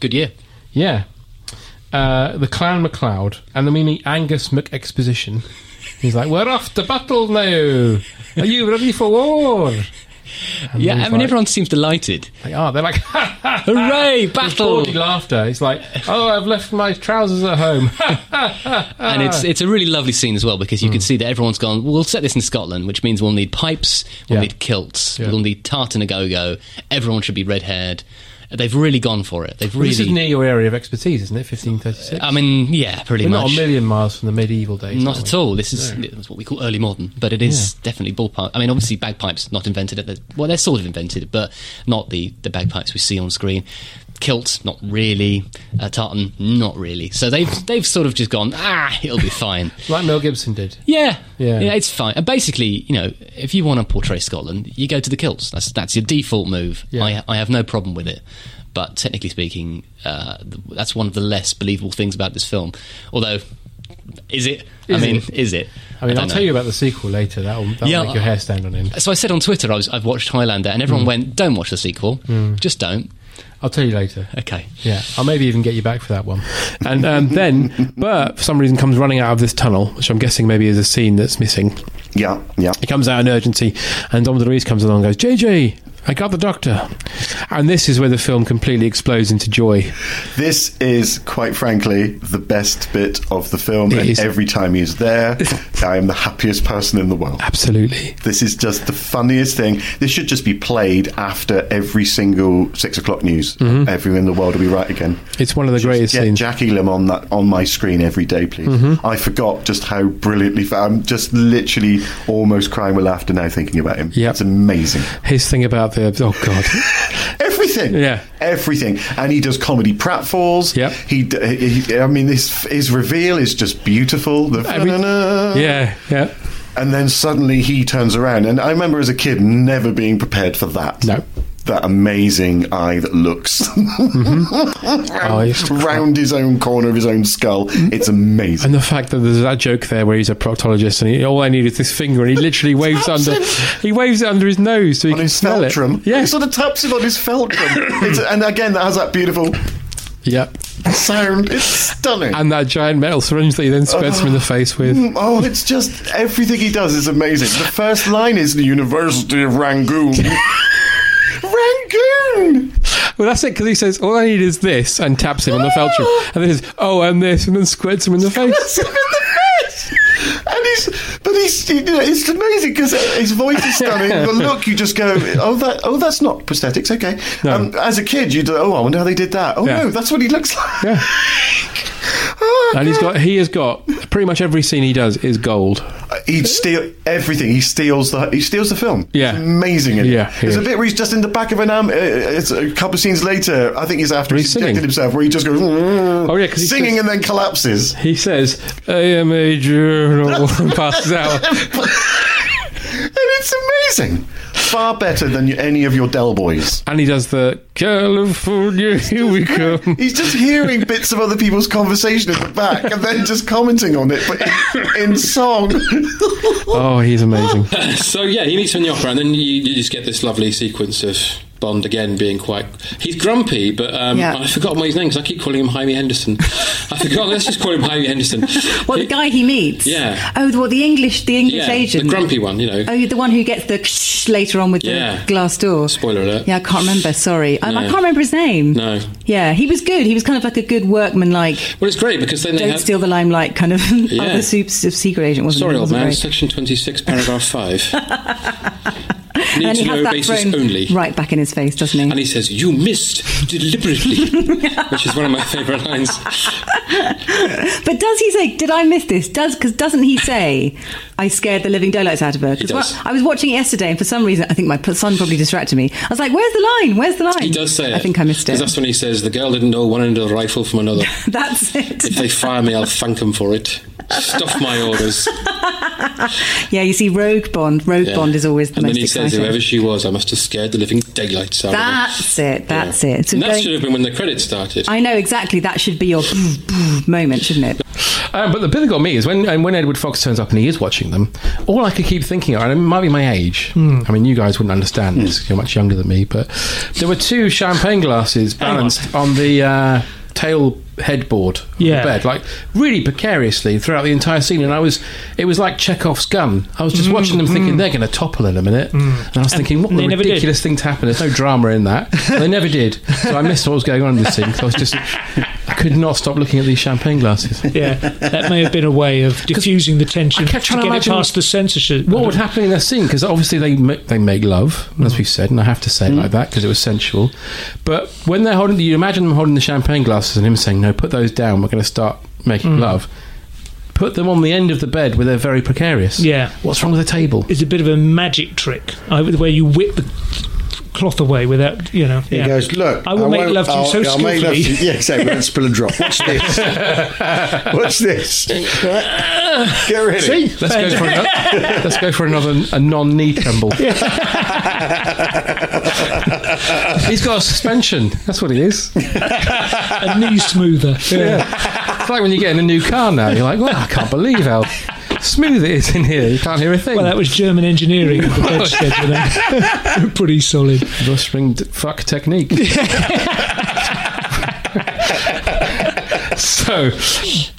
Speaker 3: Good year. Yeah. Uh, the Clan MacLeod, and then we meet Angus McExposition. He's like, "We're off to battle now. Are you ready for war?" And
Speaker 28: Yeah,
Speaker 3: he's
Speaker 28: I mean,
Speaker 3: like-
Speaker 28: everyone seems delighted.
Speaker 3: They are. They're like,
Speaker 28: "Hooray, battle!"
Speaker 3: It's bawdy laughter. It's like, "Oh, I've left my trousers at home."
Speaker 28: And
Speaker 3: Ah.
Speaker 28: it's it's a really lovely scene as well because you
Speaker 3: Hmm.
Speaker 28: can see that everyone's gone. We'll set this in Scotland, which means we'll need pipes, we'll
Speaker 3: Yeah.
Speaker 28: need kilts, we'll need tartan a go go. Everyone should be red haired. They've really gone for it. They've
Speaker 3: Well, This is
Speaker 28: really.
Speaker 3: near your area of expertise, isn't it? 1536.
Speaker 28: I mean, yeah, pretty
Speaker 3: We're
Speaker 28: much.
Speaker 3: Not a million miles from the medieval days.
Speaker 28: Not
Speaker 3: are we?
Speaker 28: at all. This is
Speaker 3: No.
Speaker 28: it's what we call early modern, but it is definitely ballpark. I mean, obviously bagpipes not invented at the well, they're sort of invented, but not the the bagpipes we see on screen. Kilt, not really. Uh, tartan, not really. So they've they've sort of just gone. Ah, it'll be fine.
Speaker 3: like Mel Gibson did.
Speaker 28: Yeah.
Speaker 3: Yeah.
Speaker 28: it's fine. And basically, you know, if you want to portray Scotland, you go to the kilts. That's that's your default move.
Speaker 3: Yeah.
Speaker 28: I, I have no problem with it. But technically speaking, uh, th- that's one of the less believable things about this film. Although, is it? I
Speaker 3: Is
Speaker 28: mean,
Speaker 3: it?
Speaker 28: is it?
Speaker 3: I mean,
Speaker 28: don't
Speaker 3: I'll
Speaker 28: know.
Speaker 3: tell you about the sequel later. That'll, that'll
Speaker 28: Yeah,
Speaker 3: make your
Speaker 28: I-
Speaker 3: hair stand on end.
Speaker 28: So I said on Twitter, I was, I've watched Highlander, and everyone
Speaker 3: Mm.
Speaker 28: went, "Don't watch the sequel,
Speaker 3: Mm.
Speaker 28: just don't."
Speaker 3: I'll tell you later.
Speaker 28: Okay.
Speaker 3: Yeah, I'll maybe even get you back for that one. And um, then Bert, for some reason, comes running out of this tunnel, which I'm guessing maybe is a scene that's missing.
Speaker 5: Yeah, yeah.
Speaker 3: He comes out in urgency, and Dom DeLuise comes along and goes, JJ, I got the doctor. And this is where the film completely explodes into joy.
Speaker 8: This is, quite frankly, the best bit of the film,
Speaker 3: It
Speaker 8: and
Speaker 3: is.
Speaker 8: every time he's there, I am the happiest person in the world.
Speaker 3: Absolutely.
Speaker 8: This is just the funniest thing. This should just be played after every single six o'clock news.
Speaker 3: Mhm.
Speaker 8: Everyone in the world will be right again.
Speaker 3: It's one of the greatest
Speaker 8: Get
Speaker 3: scenes.
Speaker 8: Jackie Lim on that on my screen every day, please.
Speaker 3: Mhm.
Speaker 8: I forgot just how brilliantly. fa- I'm just literally almost crying with laughter now thinking about him.
Speaker 3: Yep.
Speaker 8: It's amazing.
Speaker 3: His thing about the oh god,
Speaker 8: Everything.
Speaker 3: Yeah.
Speaker 8: Everything. And he does comedy pratfalls. Yep. He, d- he, he- I mean, his, his reveal is just beautiful. The na-na-na.
Speaker 3: yeah, yeah.
Speaker 8: And then suddenly he turns around. And I remember as a kid never being prepared for that.
Speaker 3: No.
Speaker 8: That amazing eye that looks
Speaker 3: Oh,
Speaker 8: round his own corner of his own skull. It's amazing.
Speaker 3: and the fact that there's that joke there where he's a proctologist and he, all I need is this finger and he literally waves under, he waves it under his nose so he can smell it.
Speaker 8: Yeah. He sort of taps it on his feltrum. It's, and again, that has that beautiful
Speaker 3: Yep.
Speaker 8: sound. It's stunning.
Speaker 3: And that giant metal syringe that he then spreads him in the face with.
Speaker 8: Mm, Oh, it's just everything he does is amazing. The first line is the University of Rangoon. Rangoon!
Speaker 3: Well, that's it, because he says, all I need is this, and taps him on the feltrum. And then he says, oh, and this, and then squirts him in the face.
Speaker 8: and he's, but he's, you know, it's amazing because his voice is stunning. The look, you just go, oh, that, oh, that's not prosthetics. Okay. Um, as a kid, you do, oh, I wonder how they did that. Oh no, that's what he looks like. Oh,
Speaker 3: and he's got, he has got, pretty much every scene he does is gold.
Speaker 8: He steal everything. He steals the he steals the film.
Speaker 29: Yeah,
Speaker 8: it's amazing. isn't it?
Speaker 29: Yeah, he
Speaker 8: there's a
Speaker 29: is.
Speaker 8: bit where he's just in the back of an am. uh, It's a couple of scenes later. I think he's after he's
Speaker 30: singing.
Speaker 8: injected himself, where he just goes. Oh
Speaker 30: yeah,
Speaker 8: singing and then collapses.
Speaker 30: He says, "I am a journal," and passes out.
Speaker 8: and it's amazing. Far better than any of your Del boys.
Speaker 30: And he does the California, here we come.
Speaker 8: He's just hearing bits of other people's conversation at the back and then just commenting on it, but in, in song.
Speaker 30: Oh, he's amazing.
Speaker 16: so yeah, he meets him in the opera, and then you, you just get this lovely sequence of Bond again being quite. He's grumpy, but um,
Speaker 14: Yeah.
Speaker 16: I've forgotten what his name because I keep calling him Jaime Henderson. I forgot. let's just call him Jaime Henderson.
Speaker 14: Well, the guy he meets.
Speaker 16: Yeah.
Speaker 14: Oh, the- well, the English, the English
Speaker 16: Yeah, the
Speaker 14: agent,
Speaker 16: grumpy one, you know.
Speaker 14: Oh, the one who gets the later on with
Speaker 16: Yeah.
Speaker 14: the glass door.
Speaker 16: Spoiler alert.
Speaker 14: Yeah, I can't remember. Sorry, Um, I,
Speaker 16: No.
Speaker 14: can't remember his name.
Speaker 16: No.
Speaker 14: Yeah, he was good. He was kind of like a good workman, like
Speaker 16: Well, it's great because then they
Speaker 14: don't
Speaker 16: have-
Speaker 14: steal the limelight kind of
Speaker 16: Yeah.
Speaker 14: other super secret agent. Wasn't
Speaker 16: Sorry,
Speaker 14: he?
Speaker 16: old
Speaker 14: Wasn't
Speaker 16: man.
Speaker 14: great.
Speaker 16: Section twenty-six, paragraph five.
Speaker 14: And
Speaker 16: Need
Speaker 14: he
Speaker 16: to
Speaker 14: has
Speaker 16: know
Speaker 14: that
Speaker 16: basis
Speaker 14: thrown
Speaker 16: only.
Speaker 14: Right back in his face, doesn't he?
Speaker 16: And he says, "You missed deliberately," which is one of my favourite lines.
Speaker 14: But does he say, "Did I miss this?" Does because doesn't he say, "I scared the living daylights out of her"? 'Cause
Speaker 16: He does.
Speaker 14: what- I was watching it yesterday, and for some reason, I think my p- son probably distracted me. I was like, "Where's the line? Where's the line?"
Speaker 16: He does say it.
Speaker 14: I think I missed
Speaker 16: 'Cause
Speaker 14: it.
Speaker 16: That's when he says, "The girl didn't know one end of a rifle from another."
Speaker 14: That's
Speaker 16: If they
Speaker 14: it.
Speaker 16: fire me, I'll thank them for it. Stuff my orders.
Speaker 14: yeah, you see, Rogue Bond. Rogue
Speaker 16: Yeah.
Speaker 14: Bond is always the
Speaker 16: and
Speaker 14: most
Speaker 16: then he
Speaker 14: exciting.
Speaker 16: says, "Whoever she was, I must have scared the living daylights out
Speaker 14: that's it. That's
Speaker 16: of her."
Speaker 14: it. So
Speaker 16: and that
Speaker 14: going-
Speaker 16: should have been when the credits started.
Speaker 14: I know exactly. That should be your moment, shouldn't it?
Speaker 3: Um, but the bit that got me is when and when Edward Fox turns up and he is watching them. All I could keep thinking, of, and it might be my age. I mean, you guys wouldn't understand this. 'cause You're much younger than me, but there were two champagne glasses balanced on the uh, tail headboard of
Speaker 29: Yeah.
Speaker 3: the bed, like really precariously throughout the entire scene. And I was, it was like Chekhov's gun. I was just watching them, thinking they're going to topple in a minute. And I was thinking, what
Speaker 29: they
Speaker 3: a
Speaker 29: never did.
Speaker 3: ridiculous thing to happen. There's no drama in that. they never did. So I missed what was going on in this scene. So I was just, I could not stop looking at these champagne glasses.
Speaker 5: Yeah, that may have been a way of diffusing the tension
Speaker 3: kept
Speaker 5: to
Speaker 3: trying to
Speaker 5: get it
Speaker 3: imagine
Speaker 5: past the censorship.
Speaker 3: What would happen in that scene? Because obviously they ma- they make love, as we've said, and I have to say it like that because it was sensual. But when they're holding, you imagine them holding the champagne glasses and him saying, "No, put those down. We're going to start making
Speaker 5: Mm.
Speaker 3: love." Put them on the end of the bed where they're very precarious.
Speaker 5: Yeah.
Speaker 3: What's wrong with the table?
Speaker 5: It's a bit of a magic trick, I, the way you whip the cloth away without, you know.
Speaker 12: He
Speaker 5: yeah.
Speaker 12: goes, look.
Speaker 5: I will make
Speaker 12: won't-
Speaker 5: love to you
Speaker 12: I'll-
Speaker 5: so
Speaker 12: I'll make love to you."
Speaker 5: skillfully."
Speaker 12: Yeah, exactly. Don't spill a drop. Watch this. Watch this. Right? Get
Speaker 3: See?
Speaker 12: ready.
Speaker 3: Let's go for another, let's go for another a non-knee tremble. He's got a suspension. That's what it is.
Speaker 5: a knee smoother.
Speaker 3: Yeah. It's like when you get in a new car now, you're like, well, I can't believe how smooth it is in here. You can't hear a thing.
Speaker 5: Well, that was German engineering at the bedstead, you know. Pretty solid.
Speaker 3: Bushring d- fuck technique. so,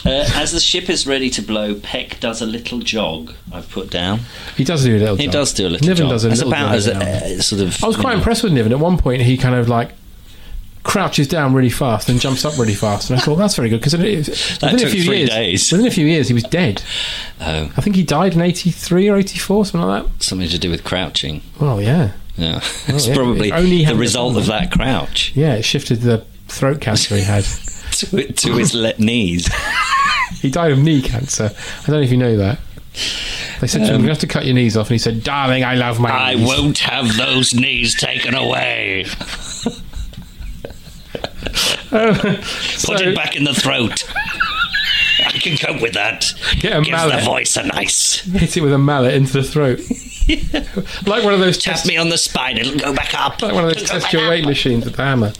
Speaker 22: Uh, as the ship is ready to blow, Peck does a little jog. I've put down.
Speaker 3: he does do a little
Speaker 22: He
Speaker 3: job.
Speaker 22: does do a little
Speaker 3: Niven
Speaker 22: jog.
Speaker 3: does a
Speaker 22: It's
Speaker 3: little
Speaker 22: about
Speaker 3: jog
Speaker 22: as
Speaker 3: now.
Speaker 22: uh, sort of.
Speaker 3: I was
Speaker 22: you
Speaker 3: quite
Speaker 22: know,
Speaker 3: impressed with Niven. At one point, he kind of like crouches down really fast and jumps up really fast, and I thought that's very good because within a
Speaker 22: took
Speaker 3: few
Speaker 22: three
Speaker 3: years,
Speaker 22: days.
Speaker 3: within a few years, he was dead.
Speaker 22: Oh.
Speaker 3: I think he died in '83 or '84, something like that.
Speaker 22: Something to do with crouching.
Speaker 3: Well, yeah,
Speaker 22: Yeah,
Speaker 3: Oh,
Speaker 22: it's
Speaker 3: yeah.
Speaker 22: probably
Speaker 3: It only
Speaker 22: the
Speaker 3: happened
Speaker 22: result
Speaker 3: at
Speaker 22: of
Speaker 3: one
Speaker 22: that crouch
Speaker 3: yeah. It shifted the throat cancer he had.
Speaker 22: to, to his le- knees.
Speaker 3: He died of knee cancer. I don't know if you know that. They said to him,
Speaker 22: Um,
Speaker 3: "You have to cut your knees off," and he said, "Darling, I love my
Speaker 22: I
Speaker 3: knees."
Speaker 22: won't have those knees taken away. Put it back in the throat. I can cope with that.
Speaker 3: Get a
Speaker 22: Gives
Speaker 3: mallet.
Speaker 22: the voice a nice.
Speaker 3: Hit it with a mallet into the throat, like one of those.
Speaker 22: Tap me on the spine. It'll go back up.
Speaker 3: like one of those test your weight machines with the hammer.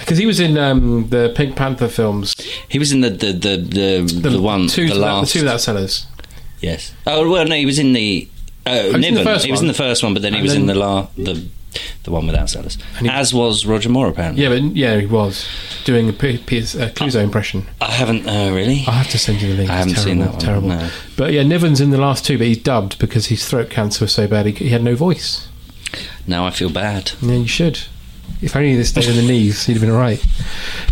Speaker 3: Because he was in um, the Pink Panther films.
Speaker 22: He was in the the the the, the, one
Speaker 3: two
Speaker 22: the
Speaker 3: without- the
Speaker 22: last
Speaker 3: two without Sellers.
Speaker 22: Yes. Oh well, no, he was in the. Oh,
Speaker 3: was in the
Speaker 22: Niven.
Speaker 3: first
Speaker 22: he was
Speaker 3: one.
Speaker 22: in the first one, but then he
Speaker 3: And
Speaker 22: was in the
Speaker 3: then-
Speaker 22: la the the one without Sellers. As was Roger Moore, apparently.
Speaker 3: Yeah, but yeah, he was doing a P- P- uh, Cluzo impression.
Speaker 22: I haven't. Oh, really?
Speaker 3: I have to send you the link.
Speaker 22: I haven't
Speaker 3: it's
Speaker 22: seen
Speaker 3: terrible,
Speaker 22: that one.
Speaker 3: Terrible.
Speaker 22: no.
Speaker 3: But yeah, Niven's in the last two, but he's dubbed because his throat cancer was so bad he, he had no voice.
Speaker 22: Now I feel bad.
Speaker 3: Yeah, you should. If only this stayed in the knees, he'd have been all right.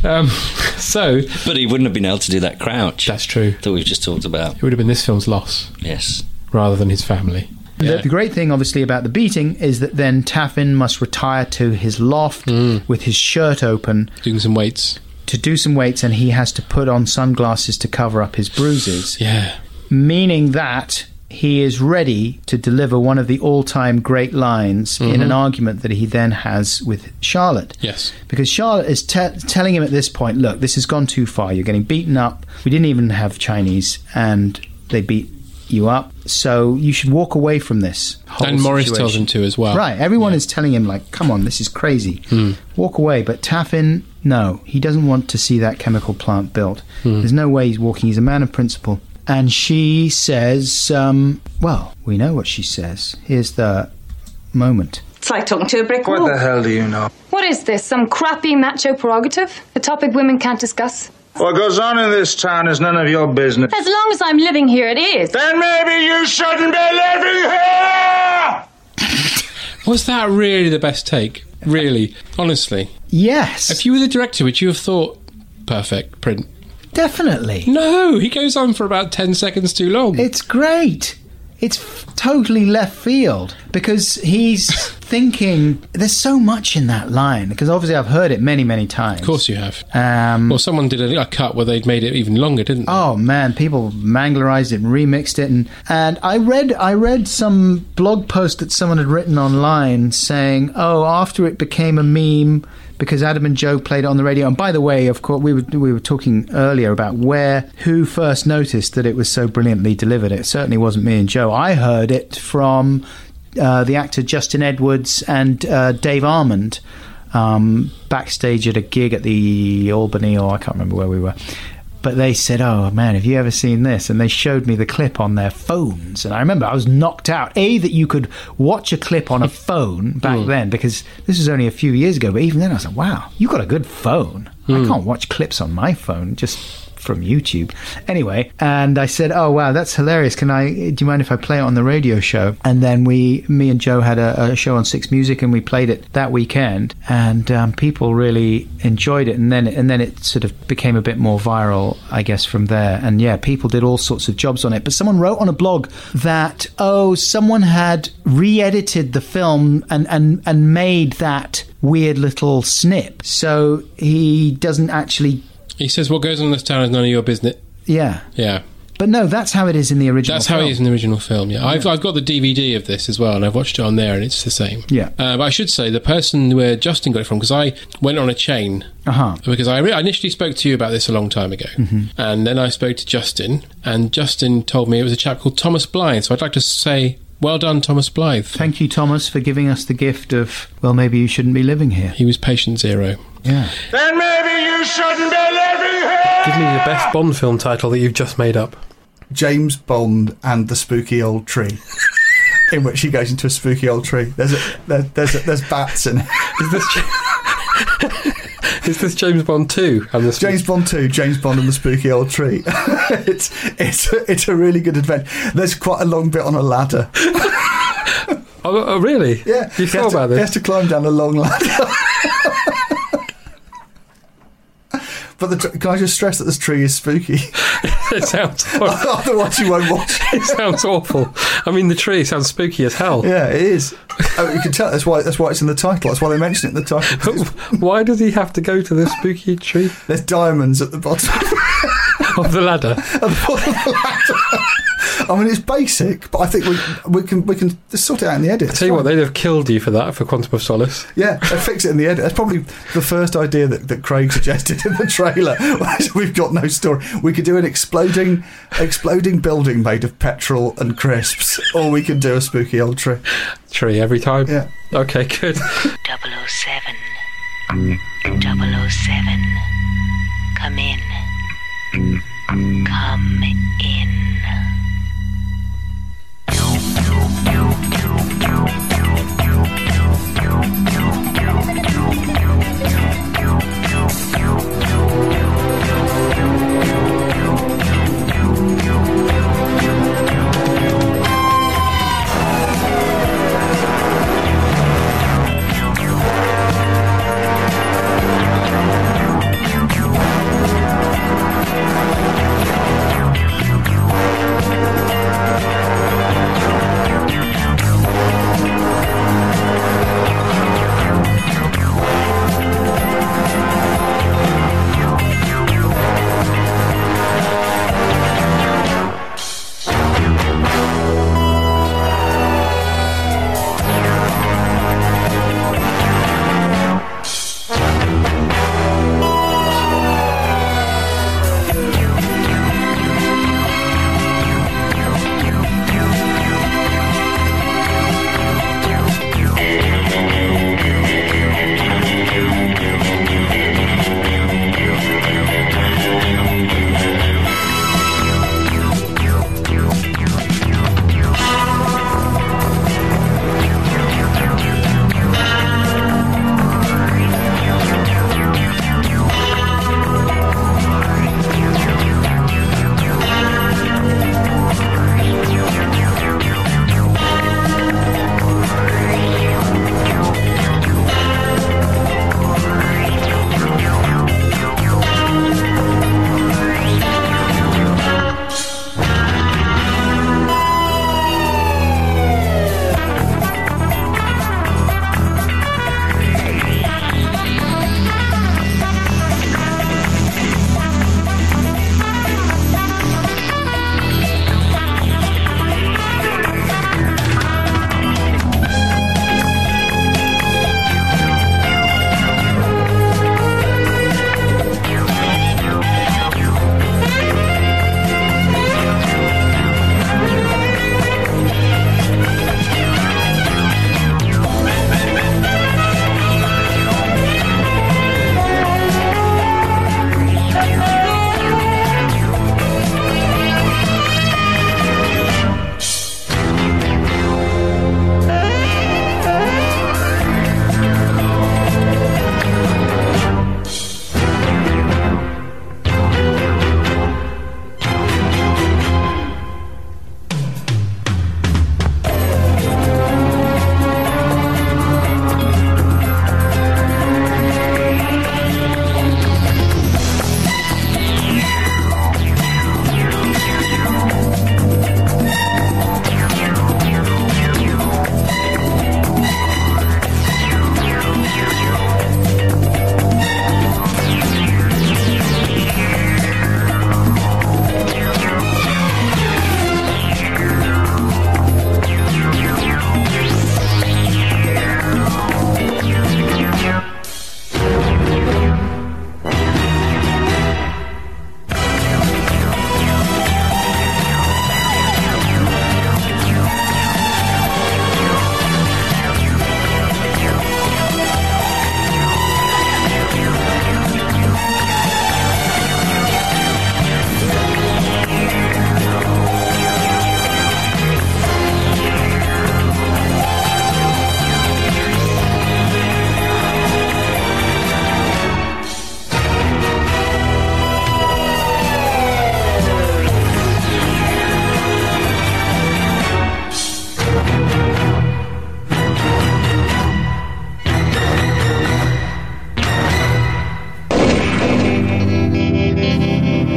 Speaker 3: Um, so it
Speaker 22: But he wouldn't have been able to do that crouch. That's
Speaker 3: true.
Speaker 22: That we've just talked about.
Speaker 3: would have been this film's loss
Speaker 22: Yes.
Speaker 3: rather than his family.
Speaker 6: The, the great thing, obviously, about the beating is that then Taffin must retire to his loft with his shirt open,
Speaker 3: Mm. doing some weights.
Speaker 6: To do some weights, and he has to put on sunglasses to cover up his bruises.
Speaker 3: Yeah.
Speaker 6: meaning that he is ready to deliver one of the all time great lines in
Speaker 3: Mhm.
Speaker 6: an argument that he then has with Charlotte.
Speaker 3: Yes.
Speaker 6: Because Charlotte is te- telling him at this point, look, this has gone too far. You're getting beaten up. We didn't even have Chinese, and they beat you up. So you should walk away from this. Whole
Speaker 3: And Morris
Speaker 6: situation."
Speaker 3: tells him to as well.
Speaker 6: Right. Everyone is telling him, like, come on, this is crazy.
Speaker 3: Hmm.
Speaker 6: Walk away. But Taffin, no, he doesn't want to see that chemical plant built.
Speaker 3: Hmm.
Speaker 6: There's no way he's walking. He's a man of principle. And she says, um, well, we know what she says. Here's the moment.
Speaker 31: It's like talking to a brick
Speaker 6: What
Speaker 31: wall.
Speaker 6: the
Speaker 17: hell do you know?
Speaker 31: What is this? Some crappy macho prerogative? A topic women can't discuss?
Speaker 17: What goes on in this town is none of your business.
Speaker 31: As long as I'm living here, it is.
Speaker 17: Then maybe you shouldn't be living here!
Speaker 3: Was that really the best take? Really, honestly.
Speaker 6: Yes.
Speaker 3: If you were the director, would you have thought perfect print?
Speaker 6: Definitely.
Speaker 3: No, he goes on for about ten seconds too long.
Speaker 6: It's great. It's f- totally left field because he's thinking there's so much in that line because obviously I've heard it many, many times. Of course
Speaker 3: you have.
Speaker 6: Um,
Speaker 3: well, someone did a, a cut where they'd made it even longer, didn't they?
Speaker 6: Oh man, people manglerized it and remixed it, and and I read I read some blog post that someone had written online saying, oh, after it became a meme because Adam and Joe played it on the radio. And by the way, of course, we were we were talking earlier about where who first noticed that it was so brilliantly delivered. It certainly wasn't me and Joe. I heard it from uh, the actor Justin Edwards and uh, Dave Armond um, backstage at a gig at the Albany, or I can't remember where we were. But they said, "Oh man, have you ever seen this?" And they showed me the clip on their phones, and I remember I was knocked out. A that you could watch a clip on a phone back then, because this was only a few years ago. But even then, I was like, "Wow, you got a good phone." I can't watch clips on my phone just from YouTube. Anyway, and I said, "Oh wow, that's hilarious. Can I? Do you mind if I play it on the radio show?" And then we, me and Joe, had a, a show on Six Music, and we played it that weekend, and um, people really enjoyed it. And then, and then it sort of became a bit more viral, I guess, from there. And yeah, people did all sorts of jobs on it. But someone wrote on a blog that oh, someone had re-edited the film and and and made that weird little snip, so he doesn't actually.
Speaker 3: He says, "What goes on in this town is none of your business."
Speaker 6: Yeah.
Speaker 3: Yeah,
Speaker 6: But no, that's how it is in the original.
Speaker 3: that's how it is in the original film. Yeah, I've I've got the DVD of this as well, and I've watched it on there, and it's the same.
Speaker 6: Yeah.
Speaker 3: Uh, but I should say the person where Justin got it from, because I went on a chain
Speaker 6: Uh huh.
Speaker 3: because I, re- I initially spoke to you about this a long time ago,
Speaker 6: Mm-hmm.
Speaker 3: and then I spoke to Justin, and Justin told me it was a chap called Thomas Blythe. So I'd like to say, well done, Thomas Blythe.
Speaker 6: Thank you, Thomas, for giving us the gift of well, maybe you shouldn't be living here.
Speaker 3: He was patient zero.
Speaker 6: Yeah.
Speaker 17: Then maybe you shouldn't be living here!
Speaker 32: Give me the best Bond film title that you've just made up.
Speaker 2: James Bond and the spooky old tree. In which he goes into a spooky old tree. There's a, there, there's a, there's bats and
Speaker 32: Is this James Bond two? And the
Speaker 2: James Bond two, James Bond and the spooky old tree. it's it's a, it's a really good adventure. There's quite a long bit on a ladder.
Speaker 32: Oh, oh, really?
Speaker 2: Yeah,
Speaker 32: You
Speaker 2: he has
Speaker 32: thought
Speaker 2: to-
Speaker 32: about
Speaker 2: He has
Speaker 32: this?
Speaker 2: to climb down a long ladder. but the, tr- can I just stress that this tree is spooky?
Speaker 32: it sounds.
Speaker 2: Otherwise, you won't watch.
Speaker 32: it sounds awful. I mean, the tree sounds spooky as hell.
Speaker 2: Yeah, it is. Oh, you can tell that's why that's why it's in the title. That's why they mention it in the title.
Speaker 32: why does he have to go to the spooky tree?
Speaker 2: There's diamonds at the bottom
Speaker 32: of the ladder.
Speaker 2: I mean, it's basic, but I think we we can we can sort it out in the edit.
Speaker 32: I tell you what, they'd have killed you for that for Quantum of Solace.
Speaker 2: Yeah, they fix it in the edit. That's probably the first idea that, that Craig suggested in the trailer. We've got no story. We could do an exploding, exploding building made of petrol and crisps, or we could do a spooky old tree.
Speaker 32: Tree every time.
Speaker 2: Yeah.
Speaker 32: Okay, good.
Speaker 12: 007. 007. Come in.
Speaker 3: Mm.
Speaker 12: Come in.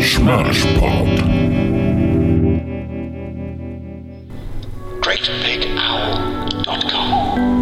Speaker 33: Smash Pod.
Speaker 12: GreatBigOwl.com.